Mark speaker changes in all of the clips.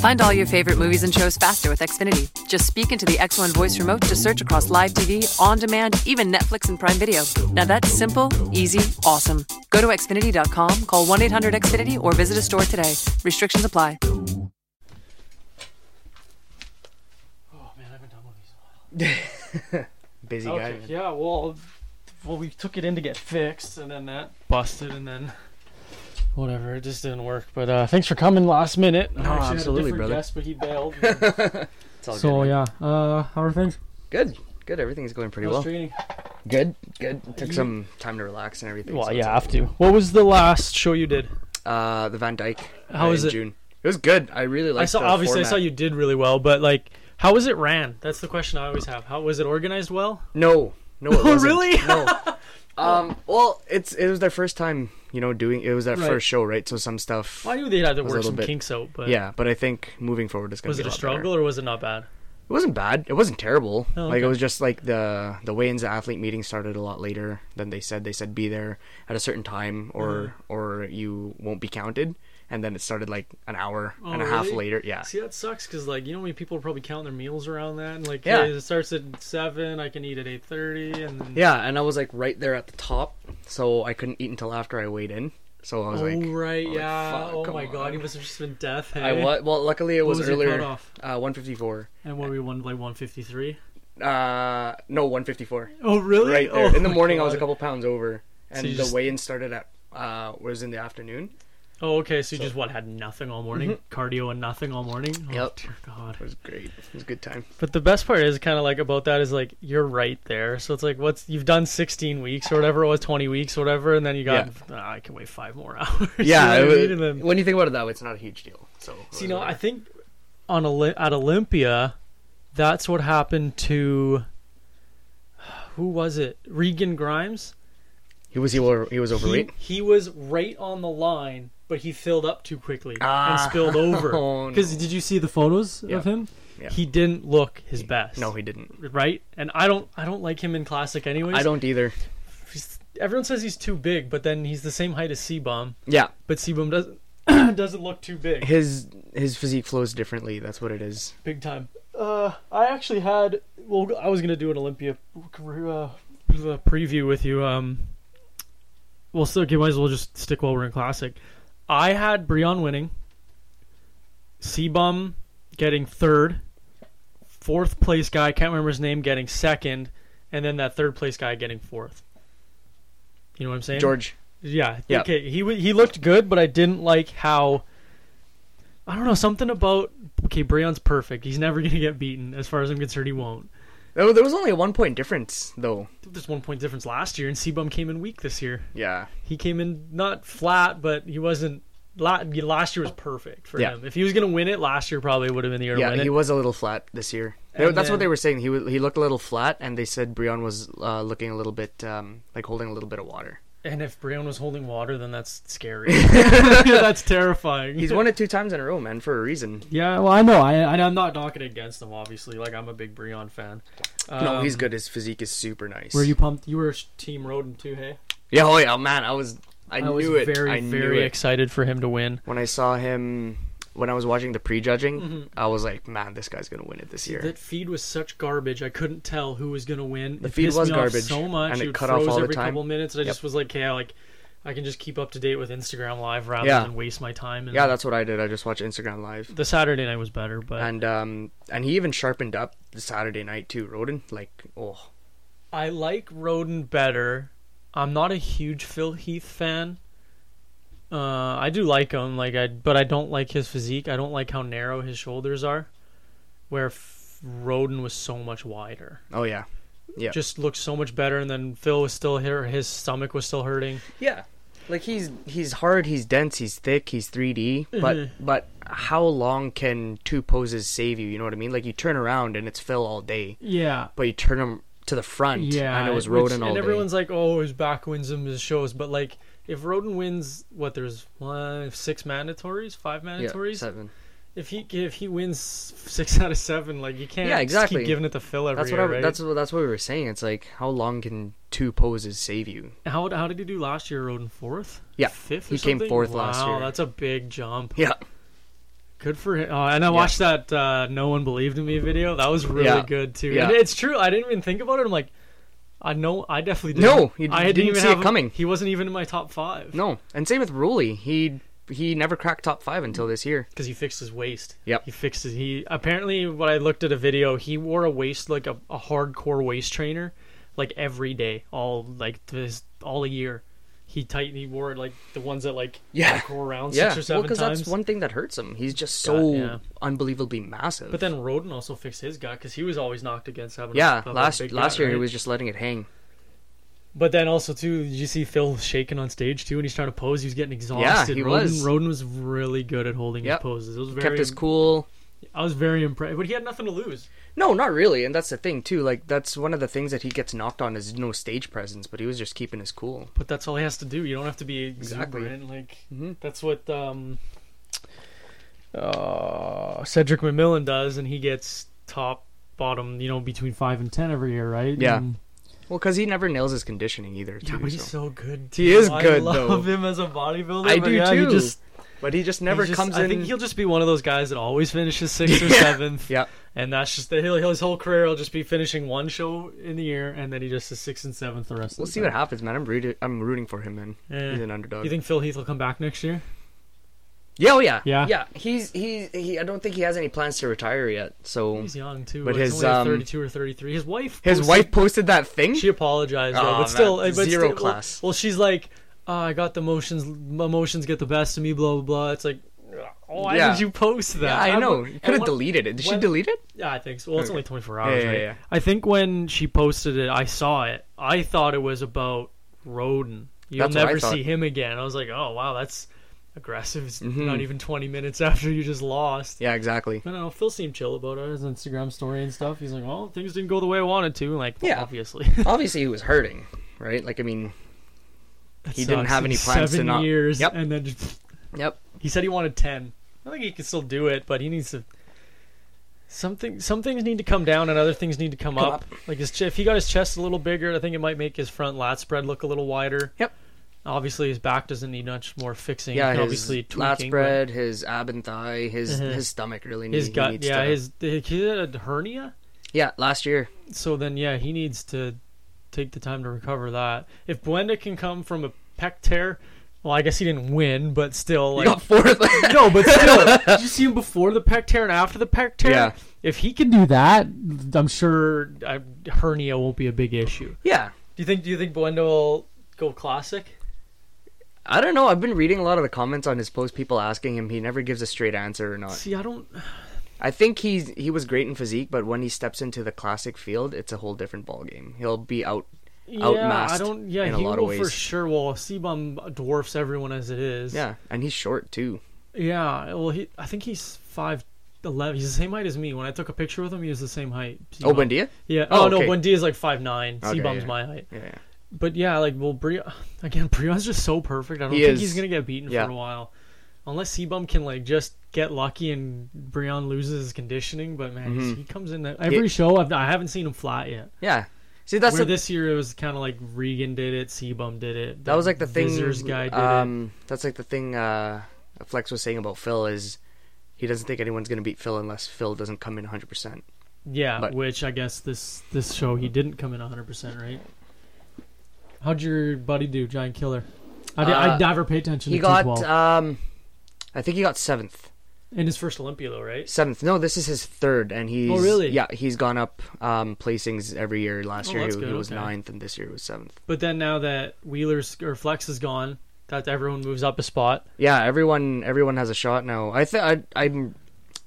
Speaker 1: Find all your favorite movies and shows faster with Xfinity. Just speak into the X1 voice remote to search across live TV, on demand, even Netflix and Prime Video. Now that's simple, easy, awesome. Go to Xfinity.com, call 1 800 Xfinity, or visit a store today. Restrictions apply.
Speaker 2: Busy
Speaker 3: Okay,
Speaker 2: guy.
Speaker 3: yeah, well, well, we took it in to get fixed, and then that busted, and then whatever, it just didn't work. But uh, thanks for coming last minute. I
Speaker 2: No,
Speaker 3: actually had a
Speaker 2: absolutely,
Speaker 3: different
Speaker 2: brother.
Speaker 3: Guest, but he bailed.
Speaker 2: It's all
Speaker 3: so
Speaker 2: good.
Speaker 3: yeah, uh, how are things?
Speaker 2: Good. Good. Everything's going pretty
Speaker 3: How's
Speaker 2: well.
Speaker 3: training?
Speaker 2: Good. Good. Took
Speaker 3: You-
Speaker 2: some time to relax and everything.
Speaker 3: Well,
Speaker 2: so
Speaker 3: yeah,
Speaker 2: it's
Speaker 3: I have to. What was the last show you did?
Speaker 2: all- Uh, the Van Dyke.
Speaker 3: How
Speaker 2: uh,
Speaker 3: was
Speaker 2: in
Speaker 3: it?
Speaker 2: June. It was good. I really liked.
Speaker 3: I saw
Speaker 2: the
Speaker 3: obviously I
Speaker 2: format.
Speaker 3: saw you did really well, but like, how was it ran? That's the question I always have. How was it organized well?
Speaker 2: No, no, it
Speaker 3: Oh,
Speaker 2: wasn't.
Speaker 3: really?
Speaker 2: No. Um. Well, it's it was their first time, you know, doing it was their
Speaker 3: Right.
Speaker 2: first show, right? So some stuff.
Speaker 3: Well, I knew they had to
Speaker 2: was
Speaker 3: work
Speaker 2: a little
Speaker 3: some
Speaker 2: bit-
Speaker 3: kinks out, but
Speaker 2: Yeah, but I think moving forward is gonna
Speaker 3: was
Speaker 2: be
Speaker 3: it a
Speaker 2: lot
Speaker 3: struggle
Speaker 2: Better.
Speaker 3: or was it not bad?
Speaker 2: It wasn't bad. It wasn't terrible.
Speaker 3: Oh,
Speaker 2: Like
Speaker 3: okay.
Speaker 2: it was just like the the weigh-ins, the athlete meeting started a lot later than they said. They said be there at a certain time, or
Speaker 3: Uh-huh.
Speaker 2: or you won't be counted. And then it started like an hour
Speaker 3: Oh,
Speaker 2: and a half
Speaker 3: really?
Speaker 2: later. Yeah.
Speaker 3: See, that sucks because like you know, how many people probably count their meals around that, and like,
Speaker 2: Yeah.
Speaker 3: hey, it starts at seven. I can eat at eight thirty, and then...
Speaker 2: Yeah, and I was like right there at the top, so I couldn't eat until after I weighed in. So I was
Speaker 3: oh
Speaker 2: like,
Speaker 3: right,
Speaker 2: like,
Speaker 3: yeah.
Speaker 2: fuck,
Speaker 3: oh
Speaker 2: come
Speaker 3: my god,
Speaker 2: on.
Speaker 3: you must have just been death. Hey?
Speaker 2: I was well. Luckily, it
Speaker 3: What
Speaker 2: was,
Speaker 3: was your
Speaker 2: earlier.
Speaker 3: cutoff?
Speaker 2: Uh, one fifty four.
Speaker 3: And what were we one like one fifty three?
Speaker 2: Uh, no, one fifty four.
Speaker 3: Oh really?
Speaker 2: Right there.
Speaker 3: Oh
Speaker 2: in the
Speaker 3: my
Speaker 2: morning, I was a
Speaker 3: God.
Speaker 2: couple pounds over, and
Speaker 3: you
Speaker 2: the
Speaker 3: just-
Speaker 2: weigh-in started at uh was in the afternoon.
Speaker 3: Oh okay, so you just what had nothing all morning, cardio and nothing all morning. Oh,
Speaker 2: Mm-hmm. Yep.
Speaker 3: Dear God.
Speaker 2: It was great. It was a good time.
Speaker 3: But the best part is kind of like about that is like you're right there. So it's like what's you've done 16 weeks or whatever it was 20 weeks or whatever, and then you got "Ah, I can wait five more hours.
Speaker 2: Yeah,
Speaker 3: you know what I mean?
Speaker 2: it was-
Speaker 3: And then-
Speaker 2: when you think about it that way, it's not a huge deal. So it
Speaker 3: See,
Speaker 2: was
Speaker 3: no, I
Speaker 2: whatever.
Speaker 3: think on Oli- at Olympia, that's what happened to who was it? Regan Grimes.
Speaker 2: he was he, were, he was overweight.
Speaker 3: He, he was right on the line, but he filled up too quickly and
Speaker 2: Ah.
Speaker 3: spilled over.
Speaker 2: Oh, no.
Speaker 3: Because did you see the photos
Speaker 2: Yeah.
Speaker 3: of him?
Speaker 2: Yeah.
Speaker 3: He didn't look his best.
Speaker 2: no, he didn't.
Speaker 3: right. And I don't, I don't like him in classic anyways.
Speaker 2: I don't either.
Speaker 3: He's- everyone says he's too big, but then he's the same height as Seabum,
Speaker 2: Yeah,
Speaker 3: but Seabum doesn't doesn't look too big.
Speaker 2: his his physique flows differently. That's what it is.
Speaker 3: big time. Uh, I actually had. Well, I was gonna do an Olympia uh, the preview with you. Um, well, so okay, might as well just stick while we're in classic. I had Breon winning, Seabum getting third, fourth place guy can't remember his name getting second, and then that third place guy getting fourth. You know what I'm saying?
Speaker 2: George,
Speaker 3: Yeah.
Speaker 2: Yeah.
Speaker 3: Okay. He w- he looked good, but I didn't like how. I don't know something about okay. Breon's perfect. He's never gonna get beaten. As far as I'm concerned, he won't.
Speaker 2: oh, there was only a one point difference though.
Speaker 3: There's one point difference last year, and Seabum came in weak this year.
Speaker 2: Yeah,
Speaker 3: He came in not flat, but he wasn't. la- Last year was perfect for
Speaker 2: Yeah.
Speaker 3: him. If he was gonna win it, last year probably would have been the year to
Speaker 2: yeah,
Speaker 3: win
Speaker 2: he
Speaker 3: it.
Speaker 2: was a little flat this year. They-
Speaker 3: And
Speaker 2: that's what
Speaker 3: then-
Speaker 2: they were saying. He wa- he looked a little flat, and they said Breon was uh, looking a little bit um, like holding a little bit of water.
Speaker 3: and if Breon was holding water, then that's scary. that's terrifying.
Speaker 2: He's won it two times in a row, man, for a reason.
Speaker 3: Yeah, well, I know. I, I I'm not knocking against him. Obviously, like I'm a big Breon fan.
Speaker 2: no,
Speaker 3: Um,
Speaker 2: he's good. His physique is super nice.
Speaker 3: Were you pumped? You were Team Roden too, hey?
Speaker 2: Yeah, oh yeah, man, I was. I,
Speaker 3: I
Speaker 2: knew
Speaker 3: was
Speaker 2: it.
Speaker 3: very,
Speaker 2: I knew
Speaker 3: very
Speaker 2: it.
Speaker 3: excited for him to win.
Speaker 2: when I saw him, when I was watching the prejudging, I was like, man, this guy's gonna win it this year.
Speaker 3: That feed was such garbage. I couldn't tell who was going to win.
Speaker 2: The
Speaker 3: It
Speaker 2: feed
Speaker 3: pissed
Speaker 2: was
Speaker 3: me
Speaker 2: garbage,
Speaker 3: off so much.
Speaker 2: and
Speaker 3: it
Speaker 2: it
Speaker 3: would
Speaker 2: cut off
Speaker 3: froze
Speaker 2: all the
Speaker 3: every
Speaker 2: time.
Speaker 3: couple minutes, and I
Speaker 2: Yep.
Speaker 3: just was like, "Hey, I like, I can just keep up to date with Instagram Live rather
Speaker 2: Yeah.
Speaker 3: than waste my time." And
Speaker 2: yeah, that's what I did. I just watched Instagram live,
Speaker 3: the Saturday night was better, but
Speaker 2: and um, and he even sharpened up the Saturday night too. Roden, like, oh,
Speaker 3: I like Roden better. I'm not a huge Phil Heath fan. Uh, I do like him, like I, but I don't like his physique. I don't like how narrow his shoulders are, where F- Roden was so much wider.
Speaker 2: oh yeah, Yeah.
Speaker 3: Just looked so much better, and then Phil was still here. His stomach was still hurting.
Speaker 2: yeah. Like he's he's hard, he's dense, he's thick, he's 3D. But but how long can two poses save you? You know what I mean? Like you turn around and it's Phil all day,
Speaker 3: Yeah,
Speaker 2: but you turn him to the front,
Speaker 3: yeah.
Speaker 2: and it was
Speaker 3: which-
Speaker 2: Roden all
Speaker 3: and
Speaker 2: day.
Speaker 3: everyone's like, "Oh, his back wins him his shows," but like, if Roden wins, what there's one, six mandatories, five
Speaker 2: yeah,
Speaker 3: mandatories.
Speaker 2: seven.
Speaker 3: If he if he wins six out of seven, like you can't
Speaker 2: Yeah,
Speaker 3: just
Speaker 2: exactly.
Speaker 3: keep giving it to Phil every
Speaker 2: That's what
Speaker 3: year,
Speaker 2: I,
Speaker 3: right?
Speaker 2: that's what that's what we were saying. It's like how long can two poses save you?
Speaker 3: how how did he do last year? Roden fourth,
Speaker 2: Yeah,
Speaker 3: fifth.
Speaker 2: he
Speaker 3: or
Speaker 2: came
Speaker 3: something?
Speaker 2: fourth last
Speaker 3: Wow,
Speaker 2: year.
Speaker 3: that's a big jump.
Speaker 2: Yeah,
Speaker 3: Good for him. Oh, and I
Speaker 2: Yeah.
Speaker 3: watched that uh, "No One Believed in Me" video. That was really
Speaker 2: Yeah.
Speaker 3: good too.
Speaker 2: Yeah.
Speaker 3: And it's true. I didn't even think about it. I'm like, I know. I definitely didn't.
Speaker 2: No, you
Speaker 3: I
Speaker 2: didn't see it
Speaker 3: him-
Speaker 2: coming.
Speaker 3: He wasn't even in my top five.
Speaker 2: No, and same with Ruli. He he never cracked top five until this year.
Speaker 3: because he fixed his waist.
Speaker 2: Yep.
Speaker 3: He fixed his. He apparently, what I looked at a video, he wore a waist like a, a hardcore waist trainer, like every day, all like this all a year. He tight. He wore like the ones that like
Speaker 2: Yeah.
Speaker 3: go around
Speaker 2: yeah,
Speaker 3: six or seven
Speaker 2: because
Speaker 3: times.
Speaker 2: that's one thing that hurts him. He's just so
Speaker 3: God, yeah.
Speaker 2: unbelievably massive.
Speaker 3: But then Roden also fixed his guy because he was always knocked against having. a-
Speaker 2: yeah,
Speaker 3: a
Speaker 2: last
Speaker 3: big
Speaker 2: last
Speaker 3: guy,
Speaker 2: year he
Speaker 3: right?
Speaker 2: was just letting it hang.
Speaker 3: But then also too, did you see Phil shaking on stage too, and he's trying to pose. He was getting exhausted.
Speaker 2: he
Speaker 3: Roden,
Speaker 2: was.
Speaker 3: Roden was really good at holding
Speaker 2: Yep.
Speaker 3: his poses. It was very.
Speaker 2: Kept his cool.
Speaker 3: I was very impressed, but he had nothing to lose.
Speaker 2: No, not really, and that's the thing too. Like that's one of the things that he gets knocked on is no stage presence, but he was just keeping his cool.
Speaker 3: But that's all he has to do. You don't have to be
Speaker 2: Exactly.
Speaker 3: exuberant. Like
Speaker 2: Mhm.
Speaker 3: that's what um, uh, Cedric McMillan does, and he gets top, bottom. You know, between five and ten every year, right?
Speaker 2: Yeah.
Speaker 3: And-
Speaker 2: Well, because he never nails his conditioning either. Too,
Speaker 3: yeah, but he's
Speaker 2: so-
Speaker 3: so good.
Speaker 2: He
Speaker 3: too.
Speaker 2: is good,
Speaker 3: I love
Speaker 2: though.
Speaker 3: him as a bodybuilder.
Speaker 2: I
Speaker 3: but
Speaker 2: do,
Speaker 3: yeah, he
Speaker 2: too.
Speaker 3: just
Speaker 2: But he just never
Speaker 3: He's just-
Speaker 2: comes in.
Speaker 3: I think he'll just be one of those guys that always finishes sixth or
Speaker 2: Yeah.
Speaker 3: seventh.
Speaker 2: Yeah.
Speaker 3: And that's just the, he'll, his whole career. He'll just be finishing one show in the year, and then he just is sixth and seventh the rest.
Speaker 2: We'll
Speaker 3: of the
Speaker 2: see
Speaker 3: time.
Speaker 2: what happens, man. I'm rooting. I'm rooting for him, man.
Speaker 3: Yeah.
Speaker 2: He's an underdog.
Speaker 3: You think Phil Heath will come back next year?
Speaker 2: Yeah, oh yeah,
Speaker 3: Yeah.
Speaker 2: yeah. He's he, he. I don't think he has any plans to retire yet. So
Speaker 3: He's young too,
Speaker 2: But
Speaker 3: but he's
Speaker 2: his,
Speaker 3: only like
Speaker 2: um,
Speaker 3: 32 or 33. His wife,
Speaker 2: his
Speaker 3: posted-
Speaker 2: wife posted that thing.
Speaker 3: she apologized, though,
Speaker 2: Aw,
Speaker 3: but still,
Speaker 2: man,
Speaker 3: but
Speaker 2: zero
Speaker 3: still-
Speaker 2: class.
Speaker 3: Well, well, she's like, "Ah, I got the emotions, my emotions get the best of me, blah blah blah. It's like, oh, why
Speaker 2: Yeah.
Speaker 3: did you post that?
Speaker 2: yeah, I
Speaker 3: I'm-
Speaker 2: know.
Speaker 3: and
Speaker 2: Could have
Speaker 3: what-
Speaker 2: deleted it. Did she
Speaker 3: when-
Speaker 2: delete it?
Speaker 3: Yeah, I think so. Well, it's
Speaker 2: Okay.
Speaker 3: only 24 hours,
Speaker 2: Yeah,
Speaker 3: right?
Speaker 2: yeah, yeah.
Speaker 3: I think when she posted it, I saw it. I thought it was about Roden. You'll
Speaker 2: That's what I
Speaker 3: never
Speaker 2: thought.
Speaker 3: see him again. I was like, oh, wow, that's aggressive. It's
Speaker 2: Mhm.
Speaker 3: not even 20 minutes after you just lost.
Speaker 2: Yeah, exactly.
Speaker 3: I don't know. Phil seemed chill about it. His Instagram story and stuff. He's like, well, things didn't go the way I wanted to. Like, well,
Speaker 2: Yeah.
Speaker 3: obviously.
Speaker 2: Obviously, he was hurting, right? Like, I mean,
Speaker 3: That
Speaker 2: He didn't
Speaker 3: sucks.
Speaker 2: have any
Speaker 3: It's
Speaker 2: plans to
Speaker 3: seven
Speaker 2: not-
Speaker 3: years,
Speaker 2: Yep.
Speaker 3: and then just-
Speaker 2: yep.
Speaker 3: he said he wanted 10. I think he can still do it, but he needs to. Something, some things need to come down, and other things need to come,
Speaker 2: Come
Speaker 3: up. Like his, ch- if he got his chest a little bigger, I think it might make his front lat spread look a little wider.
Speaker 2: Yep.
Speaker 3: Obviously, his back doesn't need much more fixing.
Speaker 2: Yeah, his
Speaker 3: obviously
Speaker 2: lat
Speaker 3: tweaking,
Speaker 2: spread, his ab and thigh, his
Speaker 3: Mhm.
Speaker 2: his stomach really
Speaker 3: but
Speaker 2: need-
Speaker 3: his
Speaker 2: he
Speaker 3: gut.
Speaker 2: needs.
Speaker 3: Yeah,
Speaker 2: to,
Speaker 3: his he had a hernia.
Speaker 2: yeah. Last year,
Speaker 3: so then yeah, he needs to take the time to recover that. If Buenda can come from a pec tear, well, I guess he didn't win, but still, like,
Speaker 2: he got fourth.
Speaker 3: no, but still, did you see him before the pec tear and after the pec tear?
Speaker 2: Yeah.
Speaker 3: If he can do that, I'm sure uh hernia won't be a big issue.
Speaker 2: yeah,
Speaker 3: Do you think? Do you think Buenda will go classic?
Speaker 2: I don't know. I've been reading a lot of the comments on his post. People asking him, he never gives a straight answer or not.
Speaker 3: See, I don't.
Speaker 2: I think he's he was great in physique, but when he steps into the classic field, it's a whole different ballgame. He'll be out.
Speaker 3: Yeah, I
Speaker 2: Outmasked
Speaker 3: don't. Yeah,
Speaker 2: in a
Speaker 3: he
Speaker 2: lot of
Speaker 3: will for
Speaker 2: ways.
Speaker 3: sure. Well, Sebum dwarfs everyone as it is.
Speaker 2: Yeah, and he's short too.
Speaker 3: Yeah, well, he I think he's five eleven. He's the same height as me. When I took a picture with him, he was the same height.
Speaker 2: Oh,
Speaker 3: Sebum.
Speaker 2: Buendia?
Speaker 3: Yeah.
Speaker 2: Oh,
Speaker 3: Oh, no,
Speaker 2: okay.
Speaker 3: Wendy is like five nine.
Speaker 2: Okay,
Speaker 3: Sebum's
Speaker 2: yeah.
Speaker 3: my height.
Speaker 2: Yeah, yeah.
Speaker 3: But yeah, like well, Brio again. Brio's just so perfect. I don't
Speaker 2: He
Speaker 3: think
Speaker 2: is.
Speaker 3: he's gonna get beaten
Speaker 2: Yeah.
Speaker 3: for a while, unless Sebum can like just get lucky and Brion loses his conditioning. But man,
Speaker 2: Mm-hmm.
Speaker 3: he's- he comes in that, every show. I've, I haven't seen him flat yet.
Speaker 2: Yeah. See, that's
Speaker 3: Where
Speaker 2: the,
Speaker 3: this year it was kind of like Regan did it, Sebum did it.
Speaker 2: that was like the thing.
Speaker 3: Vizier's guy did it.
Speaker 2: um, that's like the thing. Uh, Flex was saying about Phil is he doesn't think anyone's gonna beat Phil unless Phil doesn't come in 100. percent
Speaker 3: Yeah,
Speaker 2: But-
Speaker 3: which I guess this this show he didn't come in 100%, right? How'd your buddy do, Giant Killer? I, did,
Speaker 2: Uh,
Speaker 3: I never pay attention
Speaker 2: He
Speaker 3: to
Speaker 2: got.
Speaker 3: 212.
Speaker 2: Um, I think he got seventh.
Speaker 3: in his first Olympia, though, right?
Speaker 2: Seventh. No, this is his third, and he's.
Speaker 3: Oh, really?
Speaker 2: Yeah, he's gone up um, placings every year. Last
Speaker 3: Oh,
Speaker 2: year
Speaker 3: that's
Speaker 2: he,
Speaker 3: good,
Speaker 2: he was
Speaker 3: okay.
Speaker 2: ninth, and this year he was seventh.
Speaker 3: But then now that Wheeler's or Flex is gone, that everyone moves up a spot.
Speaker 2: Yeah, everyone everyone has a shot now. I think I I'm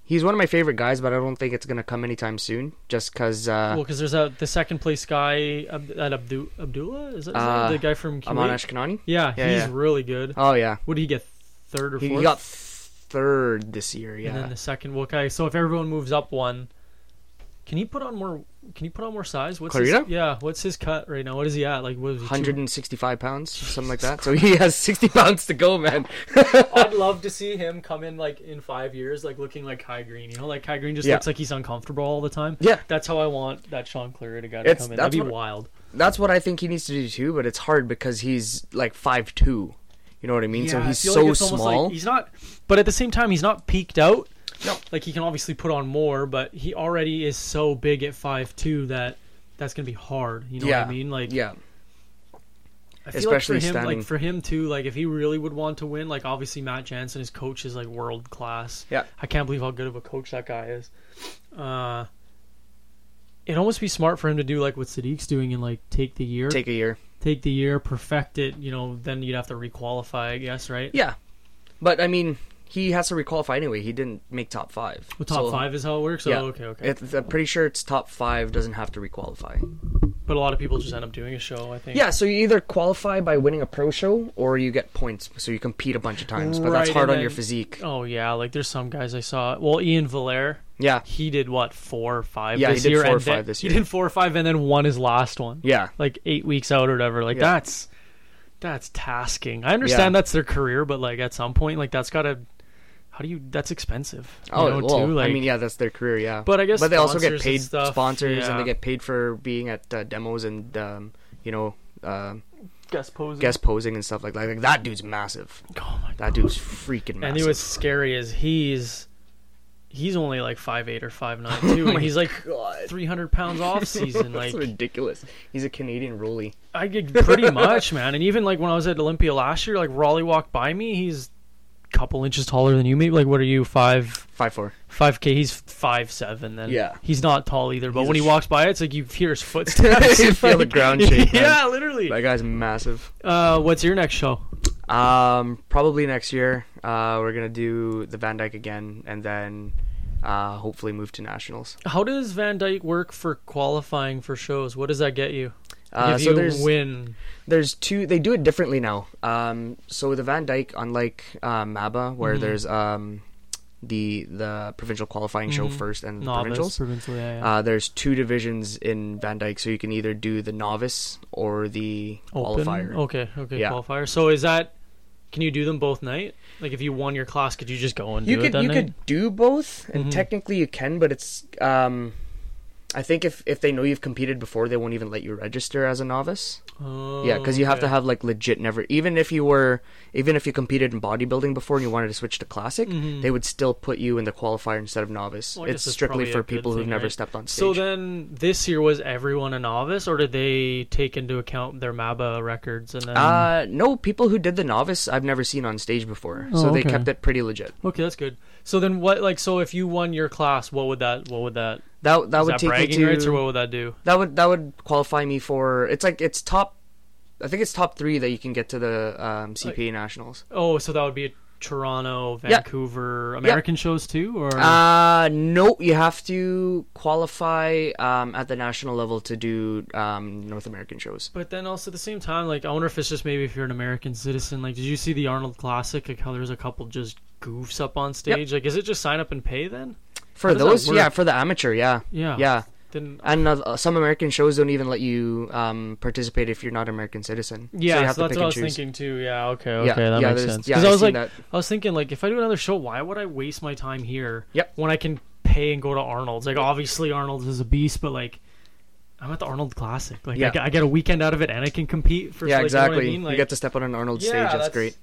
Speaker 2: he's one of my favorite guys, but I don't think it's gonna come anytime soon. Just cause
Speaker 3: Well,
Speaker 2: uh,
Speaker 3: because there's a the second place guy Ab- at Abdu- Abdullah is that his name?
Speaker 2: Uh,
Speaker 3: the guy from Kuwait?
Speaker 2: Amon Ashkanani.
Speaker 3: yeah,
Speaker 2: Yeah,
Speaker 3: he's
Speaker 2: yeah.
Speaker 3: really good.
Speaker 2: Oh yeah,
Speaker 3: what did he get? Third or
Speaker 2: he,
Speaker 3: fourth?
Speaker 2: he got third this year.
Speaker 3: And
Speaker 2: Yeah,
Speaker 3: then the second, well, okay. So if everyone moves up one, can he put on more? Can he put on more size? What's
Speaker 2: Clarita?
Speaker 3: His, yeah. What's his cut right now? What is he at? Like what is he?
Speaker 2: 165 pounds, something like that. So he has sixty pounds to go, man.
Speaker 3: I'd love to see him come in like in five years, like looking like Kai Green. You know, like Kai Green just
Speaker 2: Yeah.
Speaker 3: looks like he's uncomfortable all the time.
Speaker 2: Yeah.
Speaker 3: That's how I want that Sean Clarita guy to
Speaker 2: It's-
Speaker 3: come in.
Speaker 2: that's
Speaker 3: That'd be
Speaker 2: what-
Speaker 3: wild.
Speaker 2: That's what I think he needs to do too, but it's hard because he's like five two. You know what I mean? so
Speaker 3: I
Speaker 2: he's
Speaker 3: feel
Speaker 2: so
Speaker 3: like it's almost
Speaker 2: small.
Speaker 3: Like he's not, but at the same time, he's not peaked out.
Speaker 2: No.
Speaker 3: Like he can obviously put on more, but he already is so big at five two that that's gonna be hard. You know
Speaker 2: yeah.
Speaker 3: what I mean? Like
Speaker 2: yeah,
Speaker 3: I feel
Speaker 2: Especially
Speaker 3: like for him,
Speaker 2: standing-
Speaker 3: like for him too, like if he really would want to win, like obviously Matt Jansen, his coach is like world class.
Speaker 2: Yeah.
Speaker 3: I can't believe how good of a coach that guy is. Uh, it'd almost be smart for him to do like what Sadiq's doing and like take the year,
Speaker 2: take a year.
Speaker 3: take the year, perfect it. You know, then you'd have to requalify, I guess, right?
Speaker 2: Yeah, but I mean, he has to requalify anyway. He didn't make top five.
Speaker 3: Well, top
Speaker 2: So-
Speaker 3: five is how it works.
Speaker 2: Yeah.
Speaker 3: Oh, okay, okay.
Speaker 2: It's, I'm pretty sure it's top five doesn't have to requalify.
Speaker 3: but a lot of people just end up doing a show. I think.
Speaker 2: Yeah, so you either qualify by winning a pro show or you get points. So you compete a bunch of times, but that's
Speaker 3: Right,
Speaker 2: hard
Speaker 3: and
Speaker 2: on your
Speaker 3: then-
Speaker 2: physique.
Speaker 3: Oh yeah, like there's some guys I saw. Well, Ian Valair,
Speaker 2: Yeah,
Speaker 3: he did what four or five
Speaker 2: Yeah, he
Speaker 3: this
Speaker 2: did
Speaker 3: year,
Speaker 2: four or
Speaker 3: and then-
Speaker 2: five this
Speaker 3: He
Speaker 2: year.
Speaker 3: did four or five, and then won his last one.
Speaker 2: yeah,
Speaker 3: like eight weeks out or whatever. Like
Speaker 2: Yeah.
Speaker 3: that's that's tasking. I understand that's their career, but like at some point, like that's gotta. How do you? That's expensive. you
Speaker 2: Oh,
Speaker 3: know,
Speaker 2: well,
Speaker 3: too,
Speaker 2: I
Speaker 3: like-
Speaker 2: mean, yeah, that's their career, yeah.
Speaker 3: But I guess
Speaker 2: but they also get
Speaker 3: sponsors
Speaker 2: paid
Speaker 3: and stuff,
Speaker 2: sponsors, and they
Speaker 3: yeah.
Speaker 2: get paid for being at uh, demos and um, you know, um
Speaker 3: guest posing.
Speaker 2: guest posing and stuff like that. Like that dude's massive.
Speaker 3: Oh my
Speaker 2: That dude's freaking massive.
Speaker 3: And he was scary as he's he's only like five eight or five nine too, and he's like
Speaker 2: Oh God.
Speaker 3: three hundred pounds off season.
Speaker 2: that's
Speaker 3: like
Speaker 2: ridiculous. He's a Canadian roly.
Speaker 3: I get pretty much, man. And even like when I was at Olympia last year, like Raleigh walked by me. He's a couple inches taller than you, maybe. Like what are you five?
Speaker 2: Five four.
Speaker 3: Five K. He's five seven. Then
Speaker 2: Yeah.
Speaker 3: he's not tall either. But
Speaker 2: He's
Speaker 3: when
Speaker 2: a
Speaker 3: he
Speaker 2: sh-
Speaker 3: walks by, it's like you hear his footsteps.
Speaker 2: You feel the
Speaker 3: Like-
Speaker 2: ground shake, man.
Speaker 3: Yeah, literally.
Speaker 2: That guy's massive.
Speaker 3: Uh, what's your next show?
Speaker 2: Um, probably next year. Uh, we're gonna do the Van Dyke again, and then uh, hopefully move to nationals.
Speaker 3: How does Van Dyke work for qualifying for shows? What does that get you?
Speaker 2: Uh,
Speaker 3: if
Speaker 2: so
Speaker 3: you
Speaker 2: there's-
Speaker 3: win,
Speaker 2: there's two they do it differently now um so the van dyke unlike uh, maba where
Speaker 3: Mm-hmm.
Speaker 2: there's um the the provincial qualifying show first and
Speaker 3: Mm-hmm.
Speaker 2: the
Speaker 3: novice,
Speaker 2: provincials
Speaker 3: provincial, yeah, yeah.
Speaker 2: uh, there's two divisions in van dyke so you can either do the novice or the
Speaker 3: Open?
Speaker 2: qualifier
Speaker 3: Okay, okay,
Speaker 2: Yeah.
Speaker 3: qualifier. So is that? Can you do them both night? Like if you won your class, could you just go and
Speaker 2: you
Speaker 3: do it
Speaker 2: could
Speaker 3: that
Speaker 2: you
Speaker 3: night? Mm-hmm.
Speaker 2: could do both and technically you can but it's um i think if if they know you've competed before they won't even let you register as a novice
Speaker 3: Oh,
Speaker 2: Yeah, because you have to
Speaker 3: okay.
Speaker 2: have like legit never. Even if you were, even if you competed in bodybuilding before and you wanted to switch to classic, they would still put you in the qualifier instead of novice.
Speaker 3: Mm-hmm. Well, I guess
Speaker 2: it's
Speaker 3: that's
Speaker 2: strictly
Speaker 3: probably
Speaker 2: for
Speaker 3: a good
Speaker 2: people who've
Speaker 3: thing,
Speaker 2: never
Speaker 3: right?
Speaker 2: stepped on stage.
Speaker 3: So then, this year was everyone a novice, or did they take into account their MABA records and then? um,
Speaker 2: uh, no, people who did the novice I've never seen on stage before, so
Speaker 3: Oh,
Speaker 2: they
Speaker 3: okay.
Speaker 2: kept it pretty legit.
Speaker 3: Okay, that's good. So then, what like so if you won your class, what would that what would that
Speaker 2: That that
Speaker 3: is
Speaker 2: would
Speaker 3: that
Speaker 2: take me
Speaker 3: bragging
Speaker 2: to
Speaker 3: rights or what would that do?
Speaker 2: that would that would qualify me for. It's like it's top. I think it's top three that you can get to the um, CPA nationals.
Speaker 3: Oh, so that would be a Toronto, Vancouver, American shows too, or
Speaker 2: Uh no, you have to qualify um, at the national level to do um, North American shows.
Speaker 3: but then also at the same time, like I wonder if it's just maybe if you're an American citizen. Like, did you see the Arnold Classic? Like how there's a couple just goofs up on stage. Like, is it just sign up and pay then?
Speaker 2: For
Speaker 3: How does that
Speaker 2: those,
Speaker 3: work?
Speaker 2: yeah, for the amateur, yeah,
Speaker 3: Yeah.
Speaker 2: yeah.
Speaker 3: Then
Speaker 2: And uh, some American shows don't even let you um, participate if you're not an American citizen.
Speaker 3: yeah,
Speaker 2: you
Speaker 3: so, that's what I was thinking too. Yeah. Okay. Okay.
Speaker 2: Yeah,
Speaker 3: that
Speaker 2: yeah,
Speaker 3: makes
Speaker 2: there's-
Speaker 3: sense.
Speaker 2: yeah,
Speaker 3: Because
Speaker 2: I've
Speaker 3: I was like,
Speaker 2: seen that.
Speaker 3: I was thinking like, if I do another show, why would I waste my time here?
Speaker 2: Yep.
Speaker 3: When I can pay and go to Arnold's. Like, obviously Arnold's is a beast, but like, I'm at the Arnold Classic. Like,
Speaker 2: Yeah.
Speaker 3: I, get, I get a weekend out of it, and I can compete for.
Speaker 2: Yeah,
Speaker 3: like, You, know
Speaker 2: exactly.
Speaker 3: what I mean?
Speaker 2: you
Speaker 3: Like,
Speaker 2: get to step on an Arnold
Speaker 3: Yeah,
Speaker 2: stage. That's,
Speaker 3: that's-
Speaker 2: great.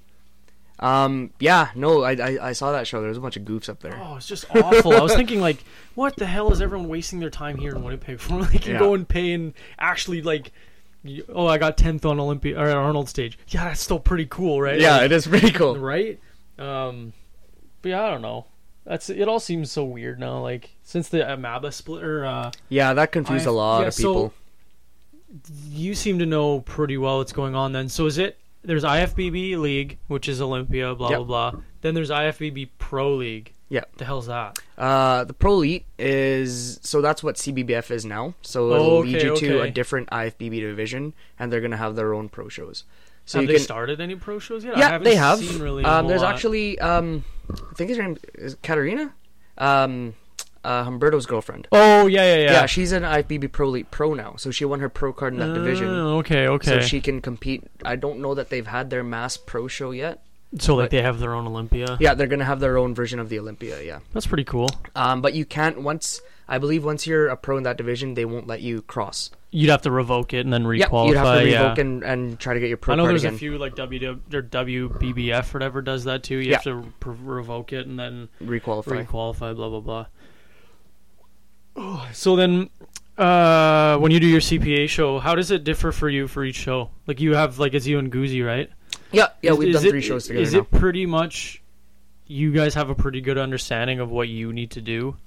Speaker 2: Um, yeah, no, I, I I saw that show. There was a bunch of goofs up there.
Speaker 3: Oh, it's just awful. I was thinking like, what the hell is everyone wasting their time here in Winnipeg for? They can
Speaker 2: Yeah.
Speaker 3: go and pay and actually like. you- Oh, I got tenth on Olympia or at Arnold stage. Yeah, that's still pretty cool, right? Like,
Speaker 2: it is pretty cool.
Speaker 3: right? Um, but yeah, I don't know. That's it. All seems so weird now. Like since the Amaba split, or uh,
Speaker 2: Yeah, that confused
Speaker 3: I-
Speaker 2: a lot
Speaker 3: yeah,
Speaker 2: of
Speaker 3: so-
Speaker 2: people.
Speaker 3: you seem to know pretty well what's going on. Then so is it? There's IFBB League, which is Olympia, blah
Speaker 2: Yep.
Speaker 3: blah blah. Then there's IFBB Pro League.
Speaker 2: yeah,
Speaker 3: The hell's that?
Speaker 2: Uh, the Pro Elite is so that's what CBBF is now. So it'll
Speaker 3: Oh,
Speaker 2: lead
Speaker 3: okay,
Speaker 2: you to a
Speaker 3: okay.
Speaker 2: different IFBB division, and they're gonna have their own pro shows. So
Speaker 3: have
Speaker 2: you
Speaker 3: they
Speaker 2: can,
Speaker 3: started any pro shows yet? I
Speaker 2: yeah,
Speaker 3: haven't
Speaker 2: they have.
Speaker 3: Seen really a
Speaker 2: um,
Speaker 3: whole
Speaker 2: there's
Speaker 3: lot.
Speaker 2: actually um, I think his name is Katarina, um, uh, Humberto's girlfriend.
Speaker 3: Oh yeah yeah yeah.
Speaker 2: Yeah. she's an IFBB Pro Elite pro now, so she won her pro card in that division.
Speaker 3: Oh, okay okay.
Speaker 2: So she can compete. I don't know that they've had their mass pro show yet.
Speaker 3: so like they have their own Olympia.
Speaker 2: Yeah, they're gonna have their own version of the Olympia. Yeah.
Speaker 3: That's pretty cool.
Speaker 2: Um, but you can't once I believe once you're a pro in that division, they won't let you cross.
Speaker 3: You'd have to revoke it and then
Speaker 2: Yeah,
Speaker 3: requalify.
Speaker 2: you'd have to
Speaker 3: yeah.
Speaker 2: revoke and, and try to get your pro
Speaker 3: I know
Speaker 2: card
Speaker 3: there's
Speaker 2: again.
Speaker 3: a few like WW or WBBF or whatever does that too. You have to pr- revoke it and then
Speaker 2: requalify.
Speaker 3: requalify. Blah blah blah. Oh, so then, uh, when you do your CPA show, how does it differ for you for each show? Like you have like it's you and Goozy, right?
Speaker 2: yeah, yeah,
Speaker 3: Is-
Speaker 2: we've
Speaker 3: is
Speaker 2: done
Speaker 3: it-
Speaker 2: three shows together
Speaker 3: Is
Speaker 2: now.
Speaker 3: it pretty much? You guys have a pretty good understanding of what you need to do.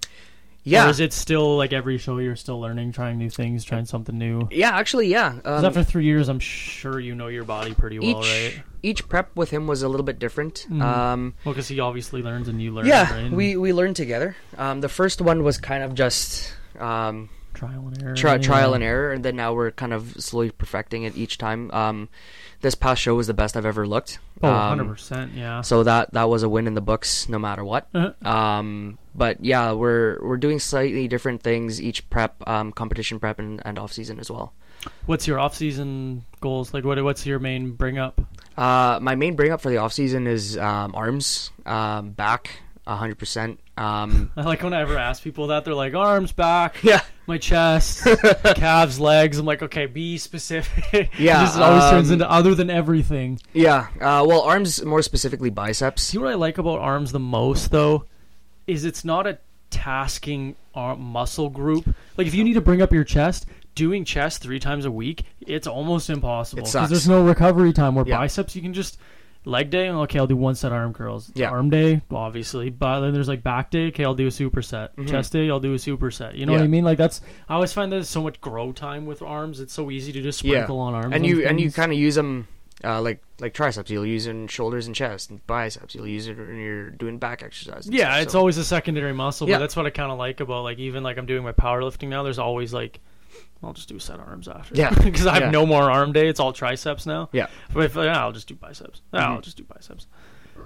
Speaker 2: yeah,
Speaker 3: Or is it still like every show you're still learning, trying new things, trying something new?
Speaker 2: yeah, actually, yeah.
Speaker 3: Because
Speaker 2: Um,
Speaker 3: after three years, I'm sure you know your body pretty well,
Speaker 2: each
Speaker 3: right? Mm.
Speaker 2: each prep with him was a little bit different. Um,
Speaker 3: Well, because he obviously learns and you learn.
Speaker 2: yeah,
Speaker 3: right?
Speaker 2: we we learned together. Um, the first one was kind of just um,
Speaker 3: trial and error.
Speaker 2: tri-
Speaker 3: yeah.
Speaker 2: trial and error, and then now we're kind of slowly perfecting it each time. Um, this past show was the best I've ever looked.
Speaker 3: Oh,
Speaker 2: Um,
Speaker 3: 100 percent. Yeah.
Speaker 2: So that that was a win in the books, no matter what.
Speaker 3: Uh-huh.
Speaker 2: Um, but yeah, we're we're doing slightly different things each prep, um, competition prep, and, and off season as well.
Speaker 3: What's your off-season goals? Like, what? What's your main bring up?
Speaker 2: Uh, my main bring up for the off season is um, arms, um, back, hundred percent. Um,
Speaker 3: I like when I ever ask people that, they're like, arms, back,
Speaker 2: yeah,
Speaker 3: my chest, calves, legs. I'm like, okay, be specific.
Speaker 2: Yeah,
Speaker 3: this always turns
Speaker 2: um,
Speaker 3: into other than everything.
Speaker 2: yeah. Uh, well, arms more specifically biceps.
Speaker 3: See what I like about arms the most though, is it's not a tasking arm muscle group. Like if you need to bring up your chest, doing chest three times a week, it's almost impossible.
Speaker 2: It
Speaker 3: Because
Speaker 2: sucks.
Speaker 3: there's no recovery time. Where
Speaker 2: Yeah.
Speaker 3: biceps, you can just leg day. Okay, I'll do one set arm curls.
Speaker 2: Yeah.
Speaker 3: Arm day, obviously, but then there's like back day. Okay, I'll do a superset. Chest day, I'll do a superset. You know what
Speaker 2: Mm-hmm. Yeah.
Speaker 3: I mean? Like that's. I always find there's so much grow time with arms. It's so easy to just
Speaker 2: Yeah,
Speaker 3: sprinkle on arms.
Speaker 2: and you and you
Speaker 3: things.
Speaker 2: kind of use them uh, like like triceps. You'll use it in shoulders and chest and biceps. You'll use it when you're doing back exercises.
Speaker 3: Yeah, it's always a secondary muscle,
Speaker 2: Yeah.
Speaker 3: but that's what I kind of like about like even like I'm doing my powerlifting now. There's always like, I'll just do set arms after.
Speaker 2: Yeah,
Speaker 3: because I have
Speaker 2: yeah.
Speaker 3: no more arm day. It's all triceps now.
Speaker 2: Yeah. Mm-hmm.
Speaker 3: but if, yeah, I'll just do biceps. Yeah, I'll just do biceps.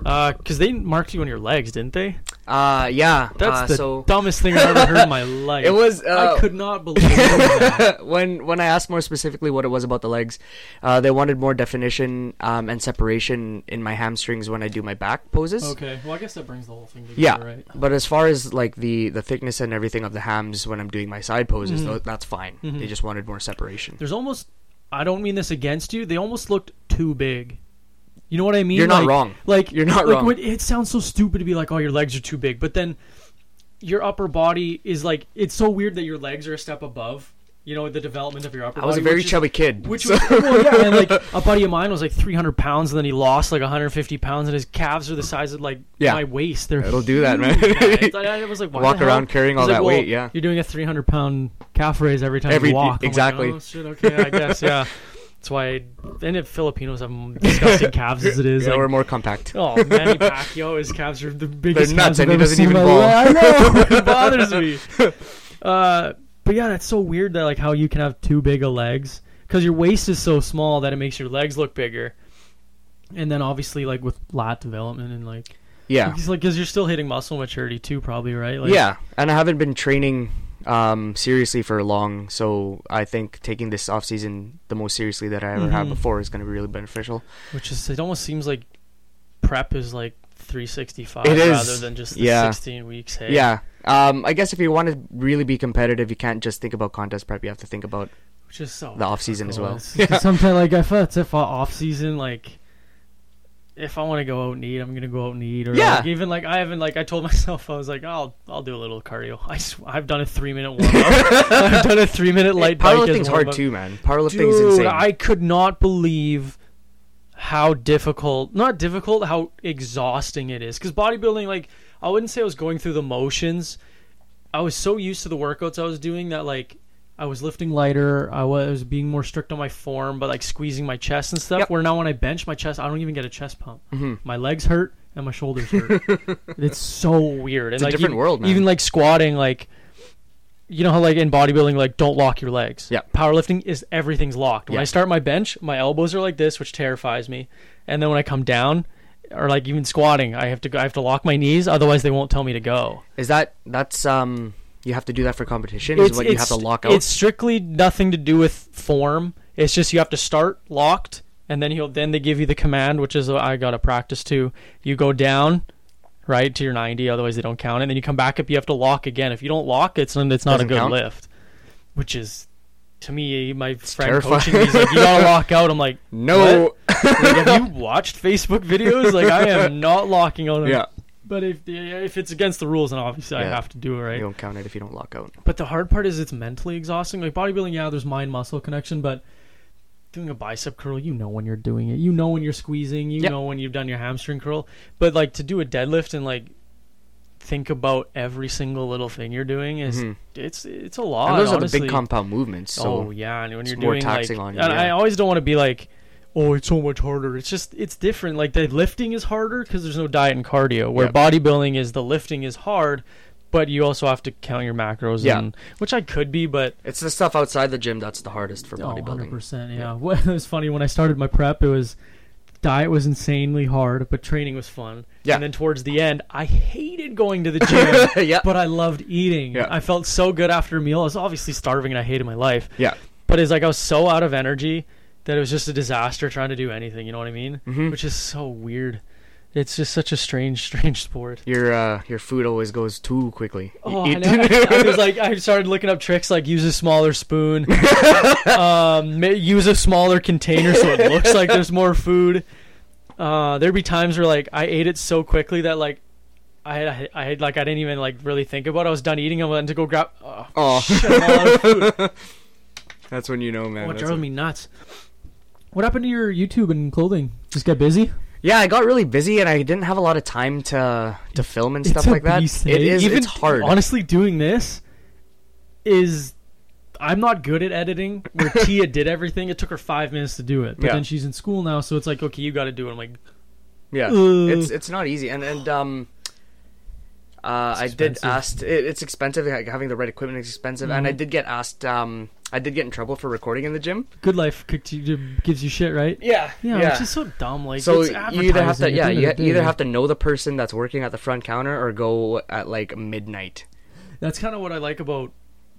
Speaker 3: Because they marked you on your legs, didn't they?
Speaker 2: Uh, yeah.
Speaker 3: That's
Speaker 2: uh,
Speaker 3: the
Speaker 2: so
Speaker 3: dumbest thing I've ever heard in my life.
Speaker 2: It was, uh,
Speaker 3: I could not believe that.
Speaker 2: when when I asked more specifically what it was about the legs, uh, they wanted more definition um, and separation in my hamstrings when I do my back poses.
Speaker 3: Okay, well I guess that brings the whole thing together,
Speaker 2: Yeah,
Speaker 3: right?
Speaker 2: but as far as like the the thickness and everything of the hams when I'm doing my side poses,
Speaker 3: Mm-hmm.
Speaker 2: tho- that's fine. They just wanted more separation.
Speaker 3: There's almost. I don't mean this against you. They almost looked too big. You know what I mean?
Speaker 2: You're not
Speaker 3: Like-
Speaker 2: wrong.
Speaker 3: Like
Speaker 2: You're not
Speaker 3: like,
Speaker 2: wrong.
Speaker 3: when- it sounds so stupid to be like, "Oh, your legs are too big," but then your upper body is like. It's so weird that your legs are a step above. You know the development of your upper.
Speaker 2: I was a
Speaker 3: body,
Speaker 2: very
Speaker 3: which is-
Speaker 2: chubby kid.
Speaker 3: Which
Speaker 2: so-
Speaker 3: was well, yeah, and like a buddy of mine was like 300 pounds, and then he lost like 150 pounds, and his calves are the size of like
Speaker 2: Yeah.
Speaker 3: my waist. They're
Speaker 2: It'll do that, man.
Speaker 3: huge. I, I was like, why
Speaker 2: Walk
Speaker 3: the hell?
Speaker 2: around carrying all
Speaker 3: He's like,
Speaker 2: that
Speaker 3: well,
Speaker 2: weight, yeah.
Speaker 3: you're doing a 300 pound calf raise every time
Speaker 2: Every-
Speaker 3: you walk. I'm like,
Speaker 2: exactly.
Speaker 3: oh, shit, okay, I guess, yeah. That's why, and if Filipinos have disgusting calves as it is,
Speaker 2: yeah,
Speaker 3: like,
Speaker 2: we're more compact.
Speaker 3: Oh, Manny Pacquiao, his calves are the biggest.
Speaker 2: nuts
Speaker 3: calves I've
Speaker 2: and he
Speaker 3: ever
Speaker 2: doesn't
Speaker 3: seen in
Speaker 2: even
Speaker 3: my
Speaker 2: ball.
Speaker 3: life. I know it bothers me. Uh, but yeah, that's so weird that like how you can have too big of legs because your waist is so small that it makes your legs look bigger. And then obviously like with lat development and like
Speaker 2: Yeah,
Speaker 3: because like, 'cause you're still hitting muscle maturity too, probably right? Like,
Speaker 2: yeah. And I haven't been training um, seriously for long, so I think taking this off season the most seriously that I ever have had
Speaker 3: Mm-hmm.
Speaker 2: before is going to be really beneficial.
Speaker 3: which is it almost seems like prep is like 365
Speaker 2: It is.
Speaker 3: rather than just the
Speaker 2: Yeah.
Speaker 3: 16 weeks. Hey?
Speaker 2: Yeah. Um, I guess if you want to really be competitive, you can't just think about contest prep. You have to think about
Speaker 3: which is so
Speaker 2: the off season as well.
Speaker 3: Sometimes, like I feel it's if off season, like if I want to go out and eat, I'm gonna go out and eat. Or
Speaker 2: Yeah.
Speaker 3: like, even like I haven't like I told myself I was like I'll I'll do a little cardio. I sw- I've done a three minute warm up. I've done a three minute light. bike as
Speaker 2: Powerlifting's hard
Speaker 3: warm-up.
Speaker 2: too, man. Powerlifting's
Speaker 3: Dude,
Speaker 2: insane.
Speaker 3: I could not believe how difficult, not difficult, how exhausting it is. Because bodybuilding, like, I wouldn't say I was going through the motions. I was so used to the workouts I was doing that, like, I was lifting lighter. I was being more strict on my form, but like squeezing my chest and stuff.
Speaker 2: Yep. Mm-hmm.
Speaker 3: Where now when I bench my chest, I don't even get a chest pump. My legs hurt and my shoulders hurt. it's so weird. It's
Speaker 2: a
Speaker 3: and, like,
Speaker 2: different
Speaker 3: even,
Speaker 2: world, man.
Speaker 3: Even like squatting, like you know how like in bodybuilding like don't lock your legs
Speaker 2: Yeah.
Speaker 3: powerlifting is everything's locked when
Speaker 2: Yeah.
Speaker 3: i start my bench my elbows are like this which terrifies me and then when i come down or like even squatting i have to go i have to lock my knees otherwise they won't tell me to go
Speaker 2: Is that that's um you have to do that for competition? Is what you have to lock out?
Speaker 3: it's strictly nothing to do with form it's just you have to start locked and then he'll then they give you the command which is uh, i gotta practice too you go down right, to your 90. Otherwise, they don't count. And then you come back up, you have to lock again. If you don't lock, it's it's not a
Speaker 2: Doesn't
Speaker 3: good
Speaker 2: count?
Speaker 3: lift, which is to me my friend
Speaker 2: terrifying.
Speaker 3: coaching me. He's like, you gotta lock out. I'm like,
Speaker 2: No.
Speaker 3: what? Like, have you watched Facebook videos? Like, I am not locking out.
Speaker 2: yeah.
Speaker 3: But if if it's against the rules, then obviously I
Speaker 2: Yeah.
Speaker 3: have to do it, right?
Speaker 2: You don't count it if you don't lock out.
Speaker 3: But the hard part is it's mentally exhausting. Like bodybuilding, yeah, there's mind muscle connection, but doing a bicep curl, you know when you're doing it. You know when you're squeezing, you
Speaker 2: Yep.
Speaker 3: know when you've done your hamstring curl. But like to do a deadlift and like think about every single little thing you're doing is
Speaker 2: Mhm.
Speaker 3: it's it's a lot.
Speaker 2: and those are the
Speaker 3: Oh, honestly.
Speaker 2: big compound movements. So
Speaker 3: oh yeah, and when
Speaker 2: it's
Speaker 3: you're
Speaker 2: more
Speaker 3: doing
Speaker 2: taxing
Speaker 3: like,
Speaker 2: on you,
Speaker 3: and I
Speaker 2: yeah.
Speaker 3: always don't want to be like, oh, it's so much harder. It's just it's different. Like the lifting is harder because there's no diet and cardio. Where
Speaker 2: Yep.
Speaker 3: bodybuilding is the lifting is hard, but you also have to count your macros.
Speaker 2: Yeah.
Speaker 3: and, which I could be, but
Speaker 2: it's the stuff outside the gym that's the hardest for
Speaker 3: Oh, 100
Speaker 2: bodybuilding.
Speaker 3: percent. Yeah. Well, it was funny when I started my prep. It was diet was insanely hard, but training was fun.
Speaker 2: Yeah.
Speaker 3: And then towards the end, I hated going to the gym,
Speaker 2: yeah.
Speaker 3: but I loved eating.
Speaker 2: Yeah.
Speaker 3: I felt so good after a meal. I was obviously starving and I hated my life.
Speaker 2: Yeah.
Speaker 3: But it's like I was so out of energy that it was just a disaster trying to do anything. You know what I mean?
Speaker 2: Mhm.
Speaker 3: Which is so weird. It's just such a strange, strange sport.
Speaker 2: Your uh, your food always goes too quickly. You
Speaker 3: Oh,
Speaker 2: eat-
Speaker 3: I, know. I was like, I started looking up tricks like use a smaller spoon, um, ma- use a smaller container so it looks like there's more food. Uh, there'd be times where like I ate it so quickly that like I had I had like I didn't even like really think about. it. I was done eating. I went to go grab. Oh,
Speaker 2: Oh.
Speaker 3: shit, I'm all out of food.
Speaker 2: That's when you know, man.
Speaker 3: what
Speaker 2: that's
Speaker 3: drove
Speaker 2: when-
Speaker 3: me nuts. What happened to your YouTube and clothing? Just got busy.
Speaker 2: Yeah, I got really busy and I didn't have a lot of time to to film and stuff
Speaker 3: a
Speaker 2: like that.
Speaker 3: beast,
Speaker 2: It
Speaker 3: eh?
Speaker 2: is.
Speaker 3: Even
Speaker 2: it's hard.
Speaker 3: Honestly, doing this is. I'm not good at editing. Where Tia did everything, it took her five minutes to do it. But
Speaker 2: Yeah.
Speaker 3: then she's in school now, so it's like, okay, you got to do it. I'm like,
Speaker 2: Yeah,
Speaker 3: Uh,
Speaker 2: it's it's not easy, and and um, uh, I did
Speaker 3: expensive. Mm-hmm.
Speaker 2: asked. It, it's expensive. Like, having the right equipment is expensive, and I did get asked. Um, I did get in trouble for recording in the gym.
Speaker 3: good life kicked you, gives you shit, right?
Speaker 2: Yeah,
Speaker 3: Yeah, which is so dumb. Like,
Speaker 2: so
Speaker 3: it's
Speaker 2: you either have
Speaker 3: advertising
Speaker 2: to
Speaker 3: at
Speaker 2: yeah
Speaker 3: the end
Speaker 2: you
Speaker 3: of the
Speaker 2: either
Speaker 3: day.
Speaker 2: have to know the person that's working at the front counter or go at like midnight.
Speaker 3: That's kind of what I like about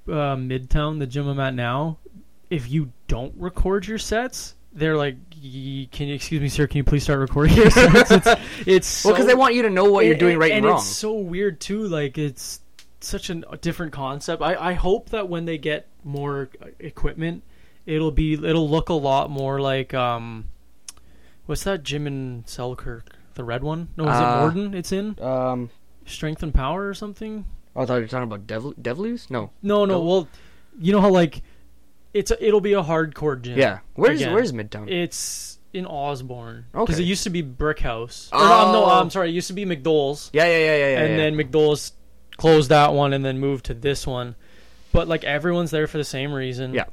Speaker 3: uh, Midtown, the gym I'm at now. If you don't record your sets, they're like, "Y- "Can you excuse me, sir? Can you please start recording your sets?" It's, it's
Speaker 2: well, because
Speaker 3: so-
Speaker 2: they want you to know what you're
Speaker 3: And-
Speaker 2: doing right and, wrong.
Speaker 3: It's so weird too. Like it's such an- a different concept. I, I hope that when they get more uh, equipment, it'll be it'll look a lot more like um, what's that gym in Selkirk? The red one? No, is
Speaker 2: Uh,
Speaker 3: it Morden? It's in
Speaker 2: Um, oh,
Speaker 3: Strength and Power or something.
Speaker 2: I thought you were talking about Dev- Devlus. No,
Speaker 3: No, no.
Speaker 2: No.
Speaker 3: Well, you know how like it's a, it'll be a hardcore
Speaker 2: yeah.
Speaker 3: gym.
Speaker 2: Where's
Speaker 3: Again.
Speaker 2: where's Midtown?
Speaker 3: It's in Osborne because
Speaker 2: Okay.
Speaker 3: it used to be Brick House. Or um, no, no,
Speaker 2: Oh.
Speaker 3: I'm sorry. It used to be McDowell's.
Speaker 2: yeah, yeah, yeah, yeah, yeah.
Speaker 3: and
Speaker 2: yeah.
Speaker 3: then McDowell's closed that one and then moved to this one. But like everyone's there for the same reason.
Speaker 2: Yeah.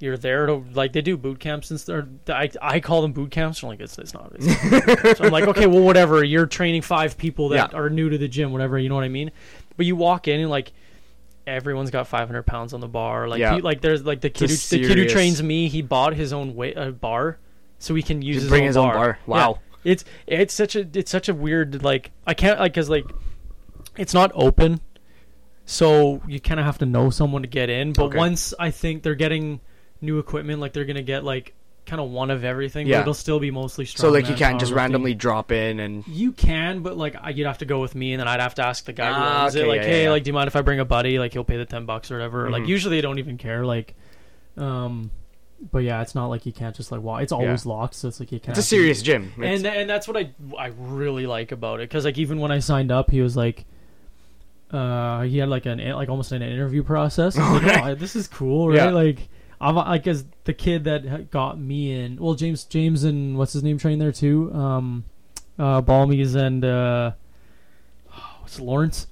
Speaker 3: You're there to like they do boot camps and stuff. I, I call them boot camps. I'm like it's, it's not. It's not boot camps. I'm like okay, well whatever. You're training five people that
Speaker 2: Yeah.
Speaker 3: are new to the gym, whatever. You know what I mean? But you walk in and like everyone's got 500 pounds on the bar. Like
Speaker 2: Yeah.
Speaker 3: he, like there's like the kid
Speaker 2: It's
Speaker 3: who, the kid who
Speaker 2: serious.
Speaker 3: trains me. He bought his own wa- uh, bar, so he can use
Speaker 2: Just
Speaker 3: his
Speaker 2: bring
Speaker 3: own
Speaker 2: his own
Speaker 3: bar.
Speaker 2: bar. Wow.
Speaker 3: Yeah. It's it's such a it's such a weird like I can't like because like it's not open, so you kind of have to know someone to get in. But
Speaker 2: Okay.
Speaker 3: once I think they're getting new equipment, like they're gonna get like kind of one of everything.
Speaker 2: Yeah.
Speaker 3: But it'll still be mostly strong.
Speaker 2: so like you can't just randomly drop in and
Speaker 3: You can, but like I, you'd have to go with me, and then I'd have to ask the guy
Speaker 2: Ah,
Speaker 3: who owns it,
Speaker 2: okay,
Speaker 3: like,
Speaker 2: yeah,
Speaker 3: hey,
Speaker 2: yeah.
Speaker 3: like, do you mind if I bring a buddy? Like, he'll pay the ten bucks or whatever. Like,
Speaker 2: Mhm.
Speaker 3: usually they don't even care. Like, um, but yeah, it's not like you can't just like walk. It's always locked, so it's like you can't.
Speaker 2: it's a serious gym. It's-
Speaker 3: And tha- and that's what I I really like about it because like even when I signed up, he was like, uh, he had like an like almost an interview process. I was like,
Speaker 2: Okay.
Speaker 3: "Oh, this is cool, right?
Speaker 2: Yeah.
Speaker 3: Like. I'm like as the kid that ha- got me in. Well, James, James, and what's his name trained there too. Um, uh, Balmies and uh, what's it, Lawrence.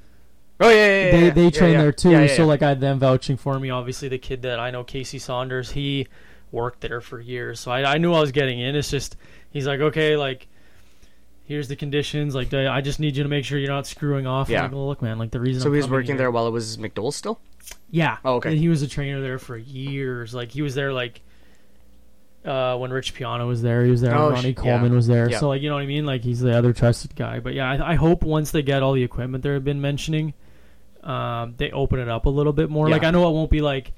Speaker 2: oh yeah, yeah, yeah,
Speaker 3: they
Speaker 2: yeah,
Speaker 3: they
Speaker 2: yeah,
Speaker 3: train
Speaker 2: yeah.
Speaker 3: there too.
Speaker 2: Yeah, yeah,
Speaker 3: So
Speaker 2: yeah.
Speaker 3: like I had them vouching for me. Obviously, the kid that I know, Casey Saunders, he worked there for years, so I, I knew I was getting in. It's just he's like, okay, like here's the conditions. Like I I just need you to make sure you're not screwing off. I'm
Speaker 2: Yeah.
Speaker 3: like, well, look, man, like the reason.
Speaker 2: So
Speaker 3: I'm
Speaker 2: he was
Speaker 3: coming
Speaker 2: working
Speaker 3: here-
Speaker 2: there while it was McDowell still.
Speaker 3: Yeah.
Speaker 2: Oh, okay.
Speaker 3: And he was a trainer there for years. Like he was there like uh, when Rich Piano was there, he was there.
Speaker 2: Oh,
Speaker 3: when
Speaker 2: sh-
Speaker 3: Ronnie
Speaker 2: yeah.
Speaker 3: Coleman was there.
Speaker 2: Yeah.
Speaker 3: So like you know what I mean? Like he's the other trusted guy. But yeah, I, I hope once they get all the equipment they've been mentioning, um, they open it up a little bit more. Like
Speaker 2: Yeah.
Speaker 3: I know it won't be like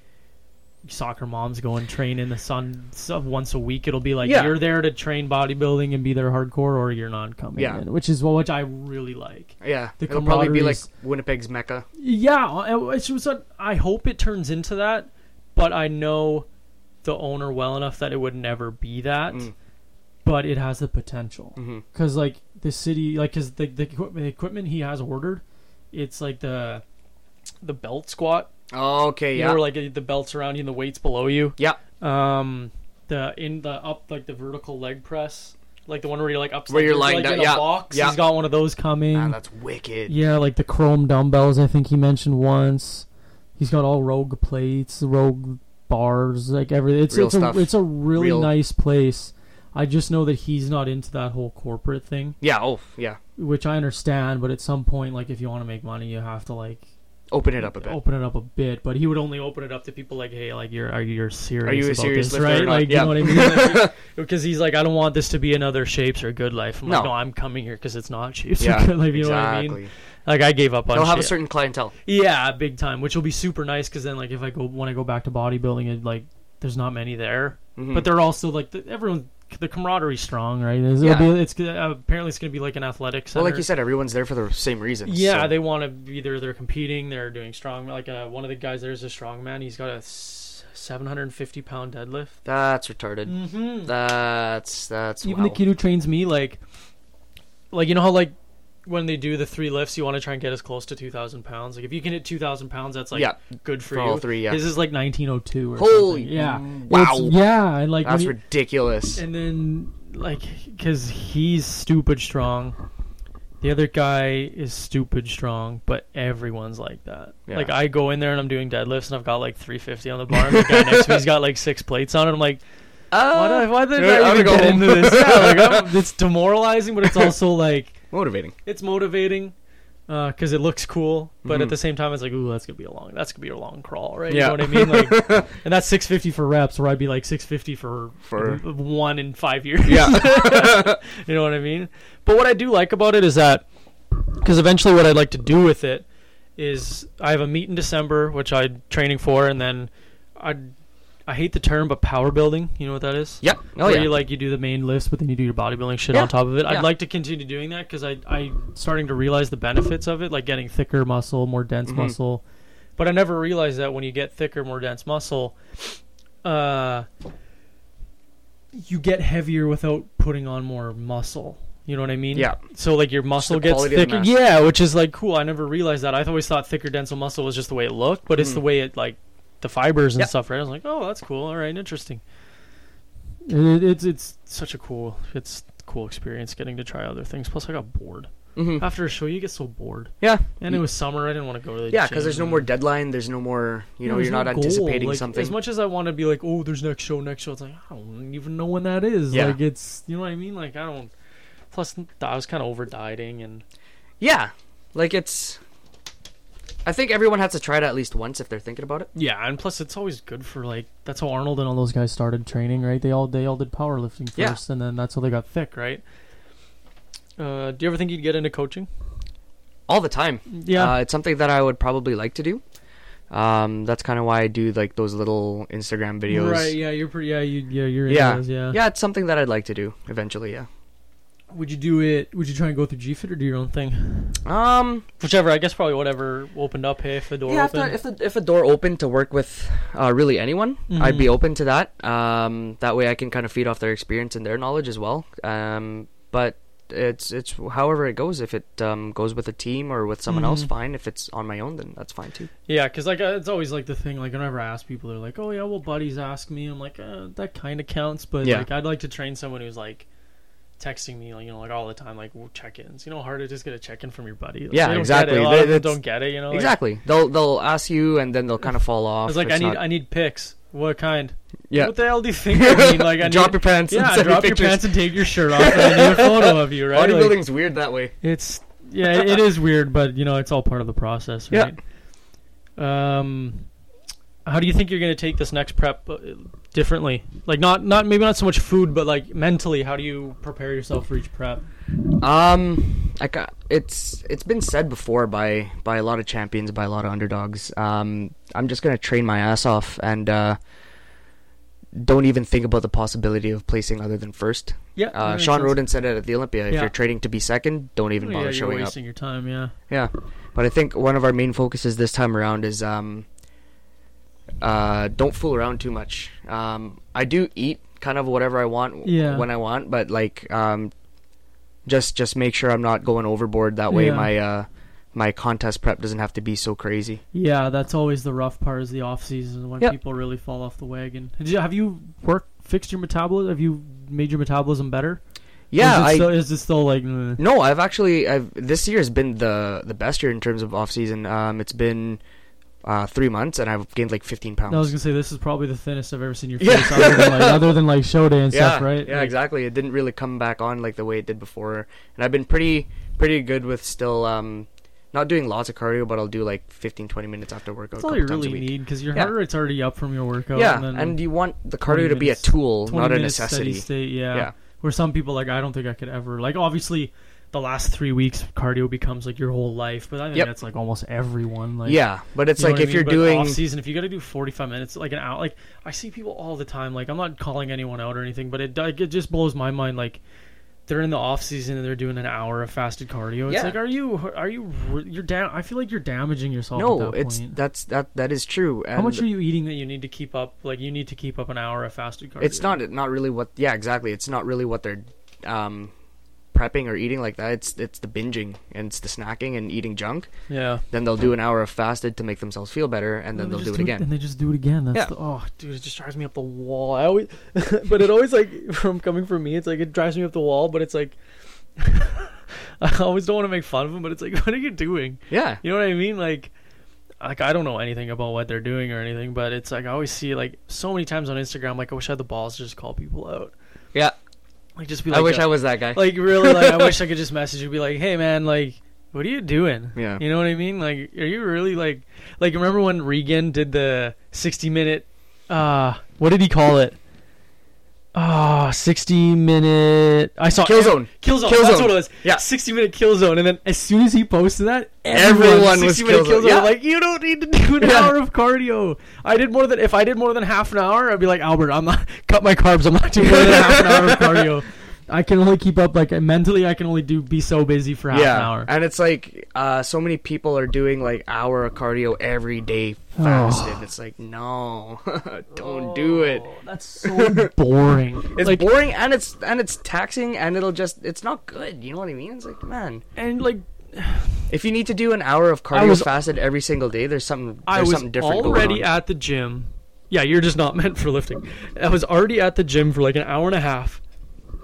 Speaker 3: soccer moms go and train in the sun so once a week. It'll be like
Speaker 2: Yeah.
Speaker 3: you're there to train bodybuilding and be there hardcore, or you're not coming.
Speaker 2: Yeah.
Speaker 3: in, which is what which I really like.
Speaker 2: Yeah,
Speaker 3: The
Speaker 2: it'll probably be like
Speaker 3: camaraderie's-
Speaker 2: Winnipeg's mecca.
Speaker 3: Yeah, it- it's just a, I hope it turns into that, but I know the owner well enough that it would never be that.
Speaker 2: Mm.
Speaker 3: But it has the potential
Speaker 2: Mhm.
Speaker 3: because, like, the city, like, because the, the equip- the equipment he has ordered, it's like the the belt squat,
Speaker 2: Oh, okay,
Speaker 3: you
Speaker 2: yeah,
Speaker 3: know, where, like the belts around you and the weights below you.
Speaker 2: yeah,
Speaker 3: Um, the in the up like the vertical leg press, like the one where you're like up
Speaker 2: Where you're lying
Speaker 3: like,
Speaker 2: down-
Speaker 3: in a
Speaker 2: yeah,
Speaker 3: box.
Speaker 2: yeah.
Speaker 3: He's got one of those coming.
Speaker 2: Man, Ah, that's wicked.
Speaker 3: Yeah, like the chrome dumbbells. I think he mentioned once. He's got all rogue plates, rogue bars, like everything. It's
Speaker 2: Real
Speaker 3: it's a,
Speaker 2: stuff.
Speaker 3: it's a really
Speaker 2: Real-
Speaker 3: nice place. I just know that he's not into that whole corporate thing,
Speaker 2: yeah, oh, yeah.
Speaker 3: which I understand. But at some point, like if you want to make money, you have to like
Speaker 2: Open it up a bit.
Speaker 3: open it up a bit. But he would only open it up to people like, hey, like you're are you serious?
Speaker 2: Are you a
Speaker 3: about
Speaker 2: serious
Speaker 3: this,
Speaker 2: lifter
Speaker 3: right?
Speaker 2: or not?
Speaker 3: Like
Speaker 2: Yeah.
Speaker 3: you know what I mean? Like, Because he's like, I don't want this to be another shapes or good life. I'm like,
Speaker 2: No.
Speaker 3: no, I'm coming here because it's not shapes
Speaker 2: Yeah,
Speaker 3: or good life. You know what I
Speaker 2: exactly.
Speaker 3: mean? Like I gave up on.
Speaker 2: They'll have a
Speaker 3: shit.
Speaker 2: certain clientele.
Speaker 3: Yeah, big time, which will be super nice because then, like, if I go when I go back to bodybuilding, it like there's not many there,
Speaker 2: Mhm.
Speaker 3: but they're also like the, everyone the camaraderie's strong, right? It's,
Speaker 2: Yeah.
Speaker 3: it'll be, it's gonna- apparently it's gonna be like an athletic center.
Speaker 2: Well, like you said, everyone's there for the same reason.
Speaker 3: yeah,
Speaker 2: so-
Speaker 3: they want to be there. They're competing. They're doing strong. Like uh, one of the guys there's a strong man. He's got a s- 750 pound deadlift.
Speaker 2: That's retarded.
Speaker 3: Mm-hmm.
Speaker 2: That's that's
Speaker 3: even
Speaker 2: wow.
Speaker 3: the kid who trains me like like you know how like when they do the three lifts you want to try and get as close to 2000 pounds like if you can hit 2000 pounds that's like
Speaker 2: Yeah,
Speaker 3: good for,
Speaker 2: for
Speaker 3: you
Speaker 2: all three, yeah.
Speaker 3: this is like 1902 or
Speaker 2: Holy
Speaker 3: something. yeah
Speaker 2: wow.
Speaker 3: It's- yeah and like when
Speaker 2: that's
Speaker 3: you-
Speaker 2: ridiculous.
Speaker 3: and then like because he's stupid strong the other guy is stupid strong but everyone's like that
Speaker 2: Yeah.
Speaker 3: like i go in there and i'm doing deadlifts and i've got like 350 on the bar and the guy next to me's got like six plates on it i'm like
Speaker 2: Ah,
Speaker 3: why did I, why did
Speaker 2: dude,
Speaker 3: I
Speaker 2: I'm
Speaker 3: even
Speaker 2: gonna go
Speaker 3: get
Speaker 2: home.
Speaker 3: into this? Yeah, like, I'm- it's demoralizing, but it's also like
Speaker 2: Motivating.
Speaker 3: it's motivating because it looks cool. But
Speaker 2: Mhm.
Speaker 3: at the same time, it's like, ooh, that's gonna be a long, that's gonna be a long crawl, right?
Speaker 2: Yeah.
Speaker 3: You know what I mean? Like, and that's six fifty for reps, or I'd be like six fifty for
Speaker 2: For-
Speaker 3: one in five years.
Speaker 2: Yeah,
Speaker 3: you know what I mean? But what I do like about it is that because eventually, what I'd like to do with it is I have a meet in December, which I'm training for, and then I. I hate the term, but power building. You know what that is?
Speaker 2: yep. Oh
Speaker 3: where
Speaker 2: yeah.
Speaker 3: you like you do the main lifts, but then you do your bodybuilding shit
Speaker 2: Yeah.
Speaker 3: on top of it.
Speaker 2: Yeah.
Speaker 3: I'd like to continue doing that because I I starting to realize the benefits of it, like getting thicker muscle, more dense muscle. But I never realized that when you get thicker, more dense muscle, uh, you get heavier without putting on more muscle. You know what I mean?
Speaker 2: Yeah.
Speaker 3: So like your muscle gets
Speaker 2: quality of the
Speaker 3: thicker.
Speaker 2: mass.
Speaker 3: Yeah, which is like cool. I never realized that. I always thought thicker, denser muscle was just the way it looked, but it's
Speaker 2: Hmm.
Speaker 3: the way it like the fibers and
Speaker 2: Yeah.
Speaker 3: stuff. Right? I was like, oh, that's cool. All right, interesting. It, it's it's such a cool it's a cool experience getting to try other things. Plus, I got bored
Speaker 2: Mhm.
Speaker 3: after a show. You get so bored,
Speaker 2: Yeah,
Speaker 3: and it was summer. I didn't want to go to the
Speaker 2: yeah.
Speaker 3: gym.
Speaker 2: Because there's no more deadline. There's no more. You
Speaker 3: Yeah,
Speaker 2: know,
Speaker 3: there's
Speaker 2: you're
Speaker 3: no
Speaker 2: not
Speaker 3: goal.
Speaker 2: anticipating
Speaker 3: Like,
Speaker 2: something.
Speaker 3: As much as I want to be like, oh, there's next show, next show. It's like I don't even know when that is.
Speaker 2: Yeah.
Speaker 3: Like it's you know what I mean. Like I don't. Plus, I was kind of over dieting, and
Speaker 2: yeah, like it's. I think everyone has to try it at least once if they're thinking about it.
Speaker 3: yeah, and plus it's always good for like that's how Arnold and all those guys started training, right? They all they all did powerlifting
Speaker 2: Yeah.
Speaker 3: first, and then that's how they got thick, right? Uh, do you ever think you'd get into coaching?
Speaker 2: all the time.
Speaker 3: Yeah.
Speaker 2: uh, it's something that I would probably like to do. Um, that's kind of why I do like those little Instagram videos.
Speaker 3: Right. Yeah. You're pretty. Yeah. You. Yeah. You're. into
Speaker 2: Yeah.
Speaker 3: those, yeah.
Speaker 2: Yeah, it's something that I'd like to do eventually. Yeah.
Speaker 3: Would you do it? Would you try and go through GFit or do your own thing?
Speaker 2: Um.
Speaker 3: Whichever. I guess probably whatever opened up. Hey, if the door
Speaker 2: yeah. If
Speaker 3: opened.
Speaker 2: the, if the if a door opened to work with uh, really anyone, I'd
Speaker 3: Mm-hmm.
Speaker 2: be open to that. Um. That way I can kind of feed off their experience and their knowledge as well. Um. But it's it's however it goes. If it um goes with a team or with someone else,
Speaker 3: Mhm.
Speaker 2: fine. If it's on my own, then that's fine too.
Speaker 3: yeah, because like uh, it's always like the thing. Like whenever I ask people, they're like, "Oh yeah, well buddies ask me." I'm like, uh, that kind of counts, but
Speaker 2: Yeah.
Speaker 3: like I'd like to train someone who's like texting me, like, you know, like all the time, like well, check-ins. You know, how hard it is to get a check-in from your buddy. Like,
Speaker 2: Yeah,
Speaker 3: they don't
Speaker 2: exactly.
Speaker 3: Get it. A lot
Speaker 2: They-
Speaker 3: of them
Speaker 2: that's-
Speaker 3: don't get it. You know, like,
Speaker 2: exactly. They'll they'll ask you and then they'll kind of fall off.
Speaker 3: It's like I
Speaker 2: It's
Speaker 3: need
Speaker 2: not-
Speaker 3: I need pics. What kind?
Speaker 2: yeah.
Speaker 3: What the hell do you think I mean? Like I
Speaker 2: drop
Speaker 3: need,
Speaker 2: your pants. and
Speaker 3: yeah,
Speaker 2: send me
Speaker 3: drop your
Speaker 2: pictures.
Speaker 3: pants and take your shirt off, and I need a photo of you, right? Like-
Speaker 2: Bodybuilding's weird that way.
Speaker 3: It's yeah, it is weird, but you know, it's all part of the process,
Speaker 2: Yeah.
Speaker 3: right? Um, how do you think you're going to take this next prep uh, differently? Like not not maybe not so much food, but like mentally, how do you prepare yourself for each prep?
Speaker 2: Um, I ca- it's it's been said before by by a lot of champions, by a lot of underdogs. Um, I'm just gonna train my ass off and uh, don't even think about the possibility of placing other than first.
Speaker 3: Yeah, that
Speaker 2: Uh,
Speaker 3: makes
Speaker 2: Sean
Speaker 3: sense.
Speaker 2: Roden said it at the Olympia. If
Speaker 3: Yeah.
Speaker 2: you're trading to be second, don't even
Speaker 3: Oh,
Speaker 2: bother
Speaker 3: yeah, you're
Speaker 2: showing up.
Speaker 3: wasting your time. Yeah,
Speaker 2: Yeah, but I think one of our main focuses this time around is um, uh, don't fool around too much. Um, I do eat kind of whatever I want
Speaker 3: Yeah.
Speaker 2: when I want, but like um, just just make sure I'm not going overboard. That way,
Speaker 3: Yeah.
Speaker 2: my uh, my contest prep doesn't have to be so crazy.
Speaker 3: yeah. That's always the rough part is the off season when
Speaker 2: Yep.
Speaker 3: people really fall off the wagon. Did you, have you worked fixed your metabolism? Have you made your metabolism better?
Speaker 2: Yeah,
Speaker 3: Or is it
Speaker 2: I
Speaker 3: still, is it still like mm,
Speaker 2: no, I've actually I've this year has been the the best year in terms of off season. Um, it's been uh, three months and I've gained like 15 pounds.
Speaker 3: I was gonna say this is probably the thinnest I've ever seen your face,
Speaker 2: Yeah.
Speaker 3: other than like other than like Shoda and stuff, right?
Speaker 2: Yeah,
Speaker 3: Like,
Speaker 2: exactly. It didn't really come back on like the way it did before, and I've been pretty pretty good with still um not doing lots of cardio, but I'll do like 15, 20 minutes after workout.
Speaker 3: That's
Speaker 2: a
Speaker 3: all
Speaker 2: couple
Speaker 3: you
Speaker 2: times a
Speaker 3: really
Speaker 2: week.
Speaker 3: need because your
Speaker 2: Yeah.
Speaker 3: heart rate's already up from your workout.
Speaker 2: Yeah,
Speaker 3: and, then
Speaker 2: and you want the
Speaker 3: 20
Speaker 2: cardio to be a
Speaker 3: minutes-
Speaker 2: tool,
Speaker 3: 20
Speaker 2: not a
Speaker 3: minutes Steady
Speaker 2: necessity.
Speaker 3: state, yeah.
Speaker 2: Yeah.
Speaker 3: Where some people like I don't think I could ever like obviously the last three weeks cardio becomes like your whole life, but I think
Speaker 2: Yep.
Speaker 3: that's like almost everyone. Like
Speaker 2: yeah, but it's
Speaker 3: you know
Speaker 2: like
Speaker 3: what I
Speaker 2: if
Speaker 3: mean?
Speaker 2: you're
Speaker 3: But
Speaker 2: doing
Speaker 3: off season, if you got to do forty five minutes, like an hour, like I see people all the time. Like I'm not calling anyone out or anything, but it like, it just blows my mind. Like they're in the off season and they're doing an hour of fasted cardio. It's
Speaker 2: Yeah.
Speaker 3: like, are you are you re- you're down? I feel like you're damaging yourself. at
Speaker 2: no,
Speaker 3: that
Speaker 2: it's
Speaker 3: point.
Speaker 2: that's that that is true. And
Speaker 3: how much are you eating that you need to keep up? Like you need to keep up an hour of fasted cardio.
Speaker 2: It's not not really what yeah exactly. It's not really what they're um prepping or eating like that. It's it's the binging and it's the snacking and eating junk.
Speaker 3: Yeah.
Speaker 2: Then they'll do an hour of fasted to make themselves feel better, and then
Speaker 3: they
Speaker 2: they'll do
Speaker 3: just
Speaker 2: it again.
Speaker 3: And they just do it again. That's
Speaker 2: Yeah.
Speaker 3: the, oh, dude, it just drives me up the wall. I always, but it always like from coming from me, it's like it drives me up the wall. But it's like, I always don't want to make fun of them. But it's like, what are you doing?
Speaker 2: Yeah.
Speaker 3: You know what I mean? Like, like I don't know anything about what they're doing or anything. But it's like I always see like so many times on Instagram. Like I wish I had the balls to just call people out.
Speaker 2: Yeah.
Speaker 3: Like just be like, uh,
Speaker 2: I wish
Speaker 3: a-
Speaker 2: I was that guy.
Speaker 3: like really like I wish I could just message you and be like, "Hey man, like what are you doing?"
Speaker 2: Yeah.
Speaker 3: You know what I mean? Like are you really like like remember when Regan did the 60 minute uh what did he call it? Ah, 60 minute I saw
Speaker 2: Killzone.
Speaker 3: Killzone.
Speaker 2: Killzone.
Speaker 3: That's what it was.
Speaker 2: Yeah.
Speaker 3: 60 minute Killzone and then as soon as he posted that
Speaker 2: Everyone was
Speaker 3: 60 minute
Speaker 2: Killzone. Yeah.
Speaker 3: I'm Like you don't need to do an
Speaker 2: Yeah.
Speaker 3: hour of cardio. I did more than if I did more than half an hour, I'd be like Albert, I'm not cut my carbs. I'm not doing more than half an hour of cardio. I can only keep up like mentally. I can only do be so busy for half an hour.
Speaker 2: and it's like uh, so many people are doing like hour of cardio every day fasted. It's like no, don't do it.
Speaker 3: Oh, That's so boring.
Speaker 2: It's
Speaker 3: like,
Speaker 2: boring and it's and it's taxing and it'll just it's not good. You know what I mean? It's like man,
Speaker 3: and like
Speaker 2: if you need to do an hour of cardio
Speaker 3: was-
Speaker 2: fasted every single day, there's something there's
Speaker 3: I was
Speaker 2: something different
Speaker 3: already
Speaker 2: going on.
Speaker 3: at the gym. Yeah, you're just not meant for lifting. I was already at the gym for like an hour and a half.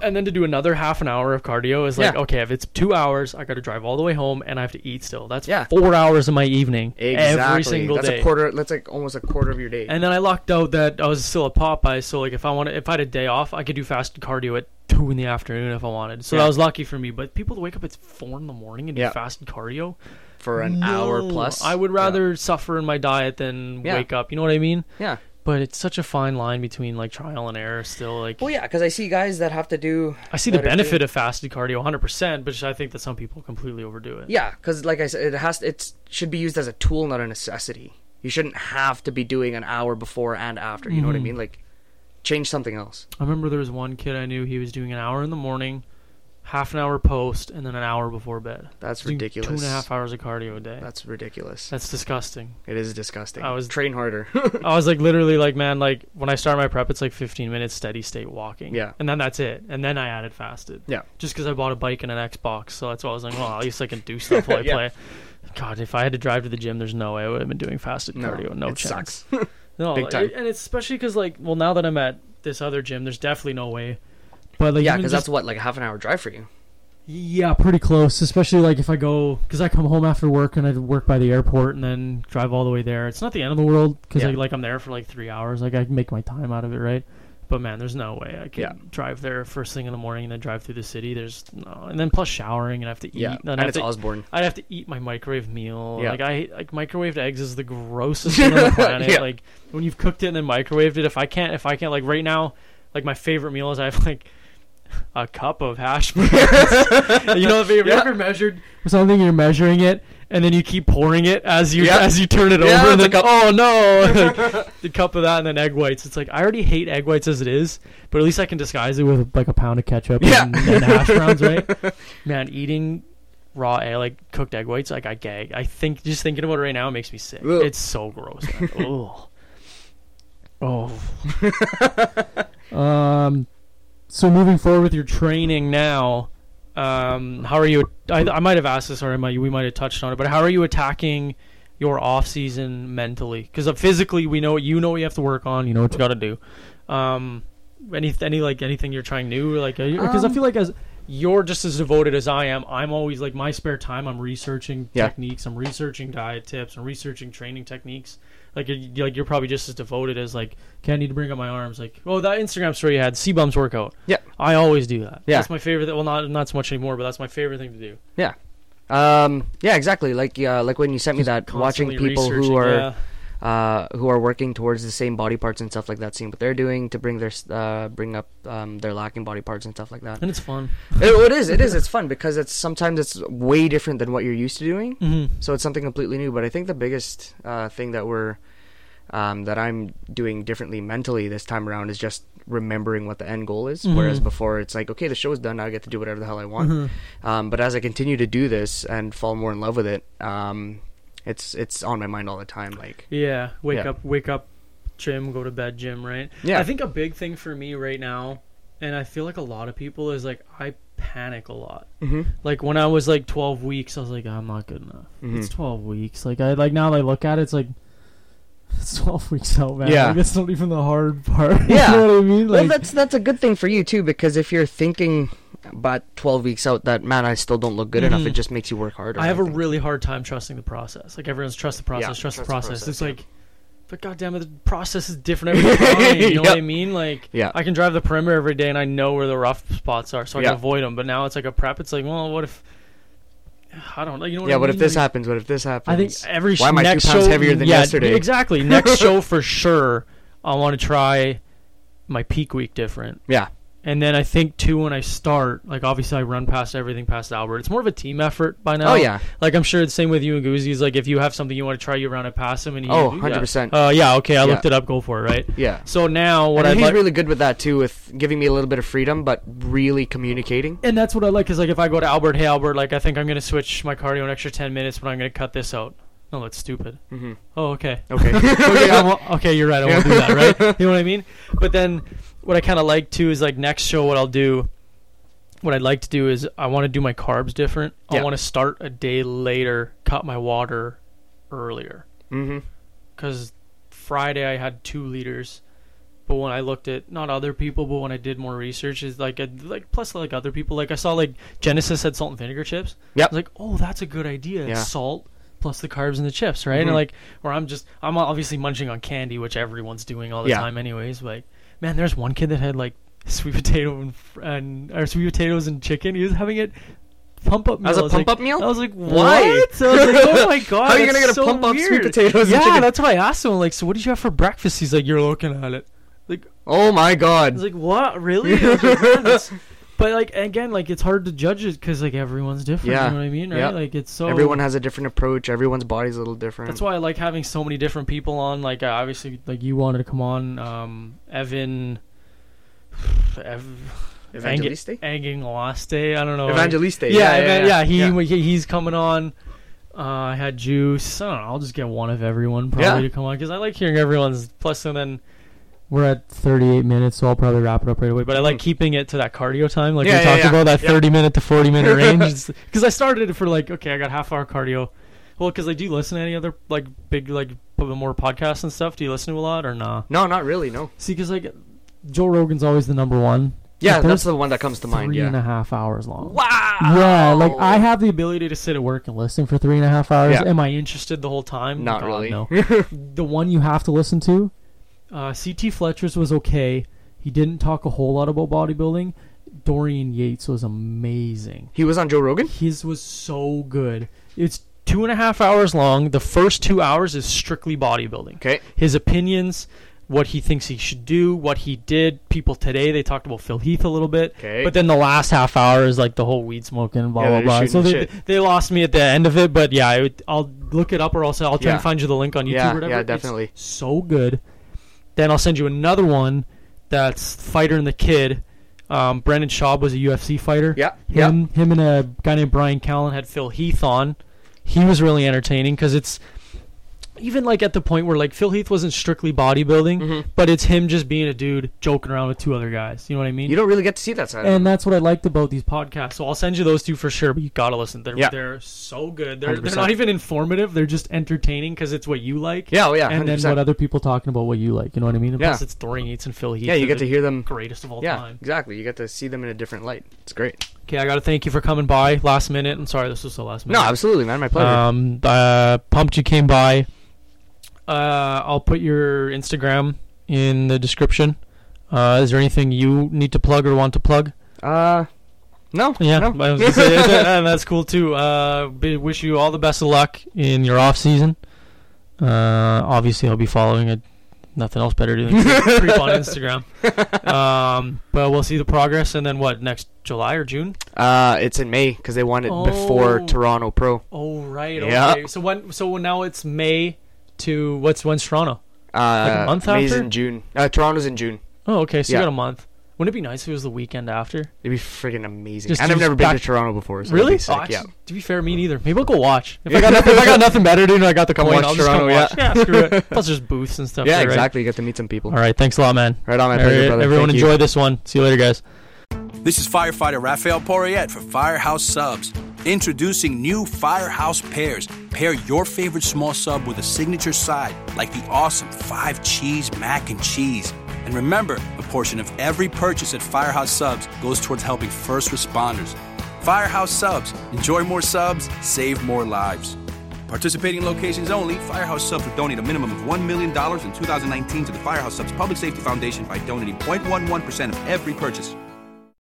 Speaker 3: And then to do another half an hour of cardio is like,
Speaker 2: Yeah.
Speaker 3: okay, if it's two hours, I got to drive all the way home and I have to eat still. That's
Speaker 2: Yeah.
Speaker 3: four hours of my evening
Speaker 2: exactly.
Speaker 3: every single
Speaker 2: that's
Speaker 3: day.
Speaker 2: a quarter. That's like almost a quarter of your day.
Speaker 3: And then I locked out that I was still at Popeye, so like if I wanted, if I had a day off, I could do fasted cardio at two in the afternoon if I wanted. So
Speaker 2: Yeah.
Speaker 3: that was lucky for me. But people that wake up at four in the morning and
Speaker 2: Yeah.
Speaker 3: do fasted cardio,
Speaker 2: for an hour
Speaker 3: no.
Speaker 2: plus,
Speaker 3: I would
Speaker 2: Yeah.
Speaker 3: rather suffer in my diet than
Speaker 2: Yeah.
Speaker 3: wake up. You know what I mean?
Speaker 2: yeah.
Speaker 3: But it's such a fine line between like trial and error. Still, like
Speaker 2: Well, yeah, because I see guys that have to do
Speaker 3: I see the
Speaker 2: that are doing-
Speaker 3: benefit of fasted cardio 100, percent but I think that some people completely overdo it.
Speaker 2: Yeah, because like I said, it has it should be used as a tool, not a necessity. You shouldn't have to be doing an hour before and after. You know
Speaker 3: Mm-hmm.
Speaker 2: what I mean? Like, change something else.
Speaker 3: I remember there was one kid I knew. He was doing an hour in the morning, half an hour post, and then an hour before bed.
Speaker 2: That's
Speaker 3: Doing Two
Speaker 2: ridiculous.
Speaker 3: and a half hours of cardio a day.
Speaker 2: That's ridiculous.
Speaker 3: That's disgusting.
Speaker 2: it is disgusting.
Speaker 3: I was-
Speaker 2: train harder.
Speaker 3: I was like literally like man like when I start my prep it's like 15 minutes steady state walking.
Speaker 2: Yeah.
Speaker 3: And then that's it. And then I added fasted.
Speaker 2: Yeah.
Speaker 3: Just because I bought a bike and an Xbox, so that's why I was like, well, at least I can do stuff while I
Speaker 2: Yeah.
Speaker 3: play. God, if I had to drive to the gym, there's no way I would have been doing fasted cardio. No
Speaker 2: it
Speaker 3: chance.
Speaker 2: sucks.
Speaker 3: No,
Speaker 2: Big
Speaker 3: like,
Speaker 2: time.
Speaker 3: it- and it's especially because like well now that I'm at this other gym, there's definitely no way. But like
Speaker 2: yeah,
Speaker 3: even
Speaker 2: because
Speaker 3: just-
Speaker 2: that's what like a half an hour drive for you.
Speaker 3: yeah, pretty close. Especially like if I go because I come home after work and I work by the airport and then drive all the way there. It's not the end of the world because
Speaker 2: Yeah.
Speaker 3: like I'm there for like three hours. Like I can make my time out of it, right? But man, there's no way I can
Speaker 2: Yeah.
Speaker 3: drive there first thing in the morning and then drive through the city. There's no, and then plus showering and I have to eat.
Speaker 2: Yeah,
Speaker 3: then
Speaker 2: and
Speaker 3: I have
Speaker 2: it's
Speaker 3: to-
Speaker 2: Osborne.
Speaker 3: I'd have to eat my microwave meal.
Speaker 2: Yeah.
Speaker 3: Like I like microwaved eggs is the grossest thing on the planet.
Speaker 2: Yeah.
Speaker 3: Like when you've cooked it and then microwaved it, if I can't if I can't like right now, like my favorite meal is I have like a cup of hash browns. you know, if you
Speaker 2: Yeah.
Speaker 3: ever measured something, you're measuring it, and then you keep pouring it as you
Speaker 2: Yeah.
Speaker 3: as you turn it
Speaker 2: Yeah,
Speaker 3: over, and
Speaker 2: it's
Speaker 3: then
Speaker 2: a cup.
Speaker 3: oh no, Like, the cup of that, and then egg whites. It's like I already hate egg whites as it is, but at least I can disguise it with like a pound of ketchup
Speaker 2: Yeah.
Speaker 3: and, and hash browns, right? Man, eating raw egg, like cooked egg whites, like I gag. I think just thinking about it right now, it makes me sick.
Speaker 2: Ugh.
Speaker 3: It's so gross. man. Ugh. Oh. um. So moving forward with your training now, um, how are you? I, I might have asked this, or I might, we might have touched on it, but how are you attacking your off season mentally? Because physically, we know you know what you have to work on. You know what you got to do. Um, any any like anything you're trying new, like because I
Speaker 2: Um,
Speaker 3: feel like as you're just as devoted as I am. I'm always like my spare time. I'm researching
Speaker 2: Yeah.
Speaker 3: techniques. I'm researching diet tips. I'm researching training techniques. Like you're, like you're probably just as devoted as like. Okay, I need to bring up my arms. Like oh that Instagram story you had C bumps workout.
Speaker 2: Yeah.
Speaker 3: I always do that.
Speaker 2: Yeah.
Speaker 3: that's my favorite. Well, not not so much anymore, but that's my favorite thing to do.
Speaker 2: Yeah. Um, yeah, exactly. Like yeah, like when you sent me that, watching
Speaker 3: Constantly
Speaker 2: people who
Speaker 3: researching,
Speaker 2: are
Speaker 3: yeah.
Speaker 2: uh, who are working towards the same body parts and stuff like that, seeing what they're doing to bring their s- uh, bring up um, their lacking body parts and stuff like that.
Speaker 3: and it's fun.
Speaker 2: it, it is, it is, it's fun because it's sometimes it's way different than what you're used to doing,
Speaker 3: Mm-hmm.
Speaker 2: so it's something completely new. But I think the biggest uh, thing that we're um, that I'm doing differently mentally this time around is just remembering what the end goal is. Whereas
Speaker 3: Mhm.
Speaker 2: before, it's like, okay, the show is done. Now I get to do whatever the hell I
Speaker 3: Mm-hmm.
Speaker 2: want. Um, but as I continue to do this and fall more in love with it, um, it's it's on my mind all the time. Like,
Speaker 3: Yeah, wake
Speaker 2: Yeah.
Speaker 3: up, wake up, gym, go to bed, gym. Right.
Speaker 2: Yeah.
Speaker 3: I think a big thing for me right now, and I feel like a lot of people is like I panic a lot.
Speaker 2: mm-hmm.
Speaker 3: Like when I was like 12 weeks, I was like I'm not good enough. It's
Speaker 2: Mhm.
Speaker 3: 12 weeks. Like I like now I look at it, it's like. It's 12 weeks out, man.
Speaker 2: Yeah.
Speaker 3: Like, it's not even the hard part.
Speaker 2: Yeah.
Speaker 3: you know what I mean?
Speaker 2: well,
Speaker 3: Like,
Speaker 2: that's that's a good thing for you too, because if you're thinking about 12 weeks out that man, I still don't look good enough,
Speaker 3: Mhm.
Speaker 2: it just makes you work harder.
Speaker 3: I have a
Speaker 2: think.
Speaker 3: really hard time trusting the process. Like everyone's trust the process,
Speaker 2: Yeah,
Speaker 3: trust, the
Speaker 2: trust
Speaker 3: process.
Speaker 2: the process,
Speaker 3: It's
Speaker 2: yeah.
Speaker 3: like, but goddamn it, the process is different every time. You know what I
Speaker 2: Yep.
Speaker 3: mean? Like,
Speaker 2: Yeah.
Speaker 3: I can drive the perimeter every day and I know where the rough spots are, so I
Speaker 2: Yeah.
Speaker 3: can avoid them. But now it's like a prep. It's like, well, what if? I don't know. You know what
Speaker 2: yeah.
Speaker 3: I
Speaker 2: What if
Speaker 3: mean?
Speaker 2: this
Speaker 3: Like,
Speaker 2: happens? What if this happens?
Speaker 3: I think eh, every
Speaker 2: Why am I two
Speaker 3: next
Speaker 2: pounds
Speaker 3: show,
Speaker 2: heavier than
Speaker 3: yeah,
Speaker 2: yesterday?
Speaker 3: Exactly. Next show for sure. I want to try my peak week different.
Speaker 2: Yeah.
Speaker 3: And then I think too when I start, like obviously I run past everything past Albert. It's more of a team effort by now.
Speaker 2: Oh, yeah.
Speaker 3: Like I'm sure it's same with you and Goosey. Is like if you have something you want to try, you run it past him and he.
Speaker 2: Oh,
Speaker 3: yeah.
Speaker 2: 100%.
Speaker 3: Uh, yeah. Okay, I
Speaker 2: Yeah.
Speaker 3: looked it up. Go for it. Right.
Speaker 2: Yeah.
Speaker 3: So now what
Speaker 2: And
Speaker 3: I
Speaker 2: he's
Speaker 3: like,
Speaker 2: really good with that too, with giving me a little bit of freedom, but really communicating.
Speaker 3: and that's what I like is like if I go to Albert, hey Albert, like I think I'm gonna switch my cardio an extra ten minutes, but I'm gonna cut this out. No, that's stupid.
Speaker 2: Mm-hmm.
Speaker 3: Oh, okay.
Speaker 2: Okay.
Speaker 3: okay, I won't- okay, you're right. I won't do that, right? You know what I mean? But then, what I kind of like too is like next show, what I'll do, what I'd like to do is I want to do my carbs different. I
Speaker 2: Yeah.
Speaker 3: want to start a day later, cut my water earlier.
Speaker 2: mm-hmm.
Speaker 3: Because Friday I had two liters, but when I looked at not other people, but when I did more research, is like I, like plus like other people, like I saw like Genesis had salt and vinegar chips.
Speaker 2: Yep.
Speaker 3: I was like, oh, that's a good idea.
Speaker 2: Yeah.
Speaker 3: Salt plus the carbs and the chips, right? And
Speaker 2: Mhm.
Speaker 3: like, where I'm just I'm obviously munching on candy, which everyone's doing all the
Speaker 2: Yeah.
Speaker 3: time, anyways. but, Like, man, there's one kid that had like sweet potato and, fr- and or sweet potatoes and chicken. He was having it. Pump up meal.
Speaker 2: As a
Speaker 3: I was like-
Speaker 2: pump-up meal?
Speaker 3: I was like, what?
Speaker 2: Why?
Speaker 3: I was like, oh my god.
Speaker 2: How are
Speaker 3: that's
Speaker 2: you gonna get a
Speaker 3: so
Speaker 2: pump up sweet
Speaker 3: weird.
Speaker 2: potatoes and
Speaker 3: Yeah,
Speaker 2: chicken?
Speaker 3: that's why I asked him. Like, so what did you have for breakfast? He's like, you're looking at it. Like,
Speaker 2: Oh my
Speaker 3: I was
Speaker 2: God.
Speaker 3: like, what? Really? I was like, "Man, that's-" but like again, like it's hard to judge it because like everyone's different.
Speaker 2: Yeah.
Speaker 3: You know what I mean? Right?
Speaker 2: Yeah.
Speaker 3: Like it's so
Speaker 2: Everyone has a different approach. Everyone's body's a little different.
Speaker 3: That's why I like having so many different people on. Like uh, obviously, like you wanted to come on, um, Evan. Ev-
Speaker 2: Evangeliste?
Speaker 3: Anginglaste. I don't know.
Speaker 2: Evangeliste.
Speaker 3: Yeah, yeah,
Speaker 2: yeah,
Speaker 3: yeah, He,
Speaker 2: yeah.
Speaker 3: he- he's coming on. Uh, I had juice. I don't know. I'll just get one of everyone probably
Speaker 2: Yeah.
Speaker 3: to come on because I like hearing everyone's. Plus, and then we're at 38 minutes, so I'll probably wrap it up right away. But I like
Speaker 2: Mhm.
Speaker 3: keeping it to that cardio time, like
Speaker 2: Yeah,
Speaker 3: we
Speaker 2: yeah,
Speaker 3: talked
Speaker 2: yeah.
Speaker 3: about that
Speaker 2: Yeah.
Speaker 3: 30 minute to 40 minute range. Because I started it for like okay, I got half hour cardio. Well, because I do listen to any other like big like p- more podcasts and stuff. Do you listen to a lot or nah?
Speaker 2: No, not really. No.
Speaker 3: See, because like Joe Rogan's always the number one.
Speaker 2: Yeah,
Speaker 3: Like, there's
Speaker 2: that's the one that comes to mind.
Speaker 3: three and a
Speaker 2: Yeah.
Speaker 3: half hours long.
Speaker 2: Wow.
Speaker 3: Yeah, like I have the ability to sit at work and listen for three and a half hours.
Speaker 2: Oh. Yeah.
Speaker 3: Am I interested the whole time?
Speaker 2: Not
Speaker 3: God,
Speaker 2: really.
Speaker 3: No. the one you have to listen to, uh, CT Fletcher's was okay. He didn't talk a whole lot about bodybuilding. Dorian Yates was amazing.
Speaker 2: He was on Joe Rogan.
Speaker 3: His was so good. It's two and a half hours long. The first two hours is strictly bodybuilding.
Speaker 2: Okay.
Speaker 3: His opinions, what he thinks he should do, what he did. People today they talked about Phil Heath a little bit,
Speaker 2: 'Kay.
Speaker 3: but then the last half hour is like the whole weed smoking, blah
Speaker 2: Yeah, they're
Speaker 3: blah blah.
Speaker 2: shooting
Speaker 3: So they,
Speaker 2: shit.
Speaker 3: they lost me at the end of it, but yeah, I would, I'll look it up or else I'll try
Speaker 2: Yeah.
Speaker 3: and find you the link on YouTube
Speaker 2: Yeah,
Speaker 3: or whatever.
Speaker 2: yeah,
Speaker 3: It's
Speaker 2: definitely.
Speaker 3: so good. Then I'll send you another one that's Fighter and the Kid. Um, Brendan Schaub was a UFC fighter.
Speaker 2: Yeah, yeah.
Speaker 3: Him, him and a guy named Brian Callen had Phil Heath on. He was really entertaining because it's even like at the point where like Phil Heath wasn't strictly bodybuilding,
Speaker 2: Mm-hmm.
Speaker 3: but it's him just being a dude joking around with two other guys. You know what I mean?
Speaker 2: You don't really get to see that side. of
Speaker 3: and that's what I liked about these podcasts. So I'll send you those two for sure. But you gotta listen. They're
Speaker 2: Yeah.
Speaker 3: they're so good. They're they are
Speaker 2: 100%.
Speaker 3: not even informative. They're just entertaining because it's what you like.
Speaker 2: Yeah, oh, yeah,
Speaker 3: And then
Speaker 2: 100%.
Speaker 3: what other people talking about what you like. You know what I mean? And
Speaker 2: Yeah.
Speaker 3: Plus it's Dorian Yates and Phil Heath.
Speaker 2: Yeah, you
Speaker 3: They're
Speaker 2: get to
Speaker 3: the
Speaker 2: hear them-
Speaker 3: Greatest of all
Speaker 2: Yeah,
Speaker 3: time.
Speaker 2: exactly. You get to see them in a different light. It's great.
Speaker 3: Okay, I gotta thank you for coming by last minute. I'm sorry this was the last minute.
Speaker 2: No, absolutely, man. My pleasure.
Speaker 3: Um, uh, pumped you came by. Uh, I'll put your Instagram in the description. Uh, is there anything you need to plug or want to plug?
Speaker 2: Uh, no.
Speaker 3: Yeah,
Speaker 2: no.
Speaker 3: I was gonna say, and that's cool too. Uh, b- wish you all the best of luck in your off season. Uh, obviously, I'll be following it. Nothing else better to do than creep on Instagram. Um, but we'll see the progress, and then what next July or June?
Speaker 2: Uh, it's in May because they want it before
Speaker 3: Oh.
Speaker 2: Toronto Pro.
Speaker 3: Oh right,
Speaker 2: Yeah.
Speaker 3: okay. So when? So now it's May to what's when's Toronto?
Speaker 2: Uh,
Speaker 3: a month
Speaker 2: May's
Speaker 3: after?
Speaker 2: in June. Uh, Toronto's in June.
Speaker 3: Oh, okay. So
Speaker 2: Yeah.
Speaker 3: you got a month. Wouldn't it be nice if it was the weekend after?
Speaker 2: It'd be freaking amazing.
Speaker 3: Just-
Speaker 2: and I've
Speaker 3: just
Speaker 2: never been
Speaker 3: back-
Speaker 2: to Toronto before. So
Speaker 3: really?
Speaker 2: It'd be sick.
Speaker 3: Oh, actually,
Speaker 2: yeah.
Speaker 3: To be fair, me neither. Maybe I'll go watch. If I got nothing, if I got nothing better to do, and I got the
Speaker 2: Come
Speaker 3: coin,
Speaker 2: watch
Speaker 3: I'll just
Speaker 2: Toronto,
Speaker 3: come watch. Yeah. screw it. Plus, there's booths and stuff.
Speaker 2: Yeah,
Speaker 3: there, right?
Speaker 2: exactly. You get to meet some people.
Speaker 3: All right. Thanks a lot, man.
Speaker 2: Right on, my
Speaker 3: All
Speaker 2: pleasure,
Speaker 3: right,
Speaker 2: brother.
Speaker 3: Everyone
Speaker 2: Thank you.
Speaker 3: enjoy this one. See you later, guys.
Speaker 4: This is firefighter Raphael Porriette for Firehouse Subs. Introducing new Firehouse Pairs. Pair your favorite small sub with a signature side, like the awesome five cheese mac and cheese. And remember, a portion of every purchase at Firehouse Subs goes towards helping first responders. Firehouse Subs. Enjoy more subs, save more lives. Participating locations only, Firehouse Subs would donate a minimum of $1 million in 2019 to the Firehouse Subs Public Safety Foundation by donating 0.11% of every purchase.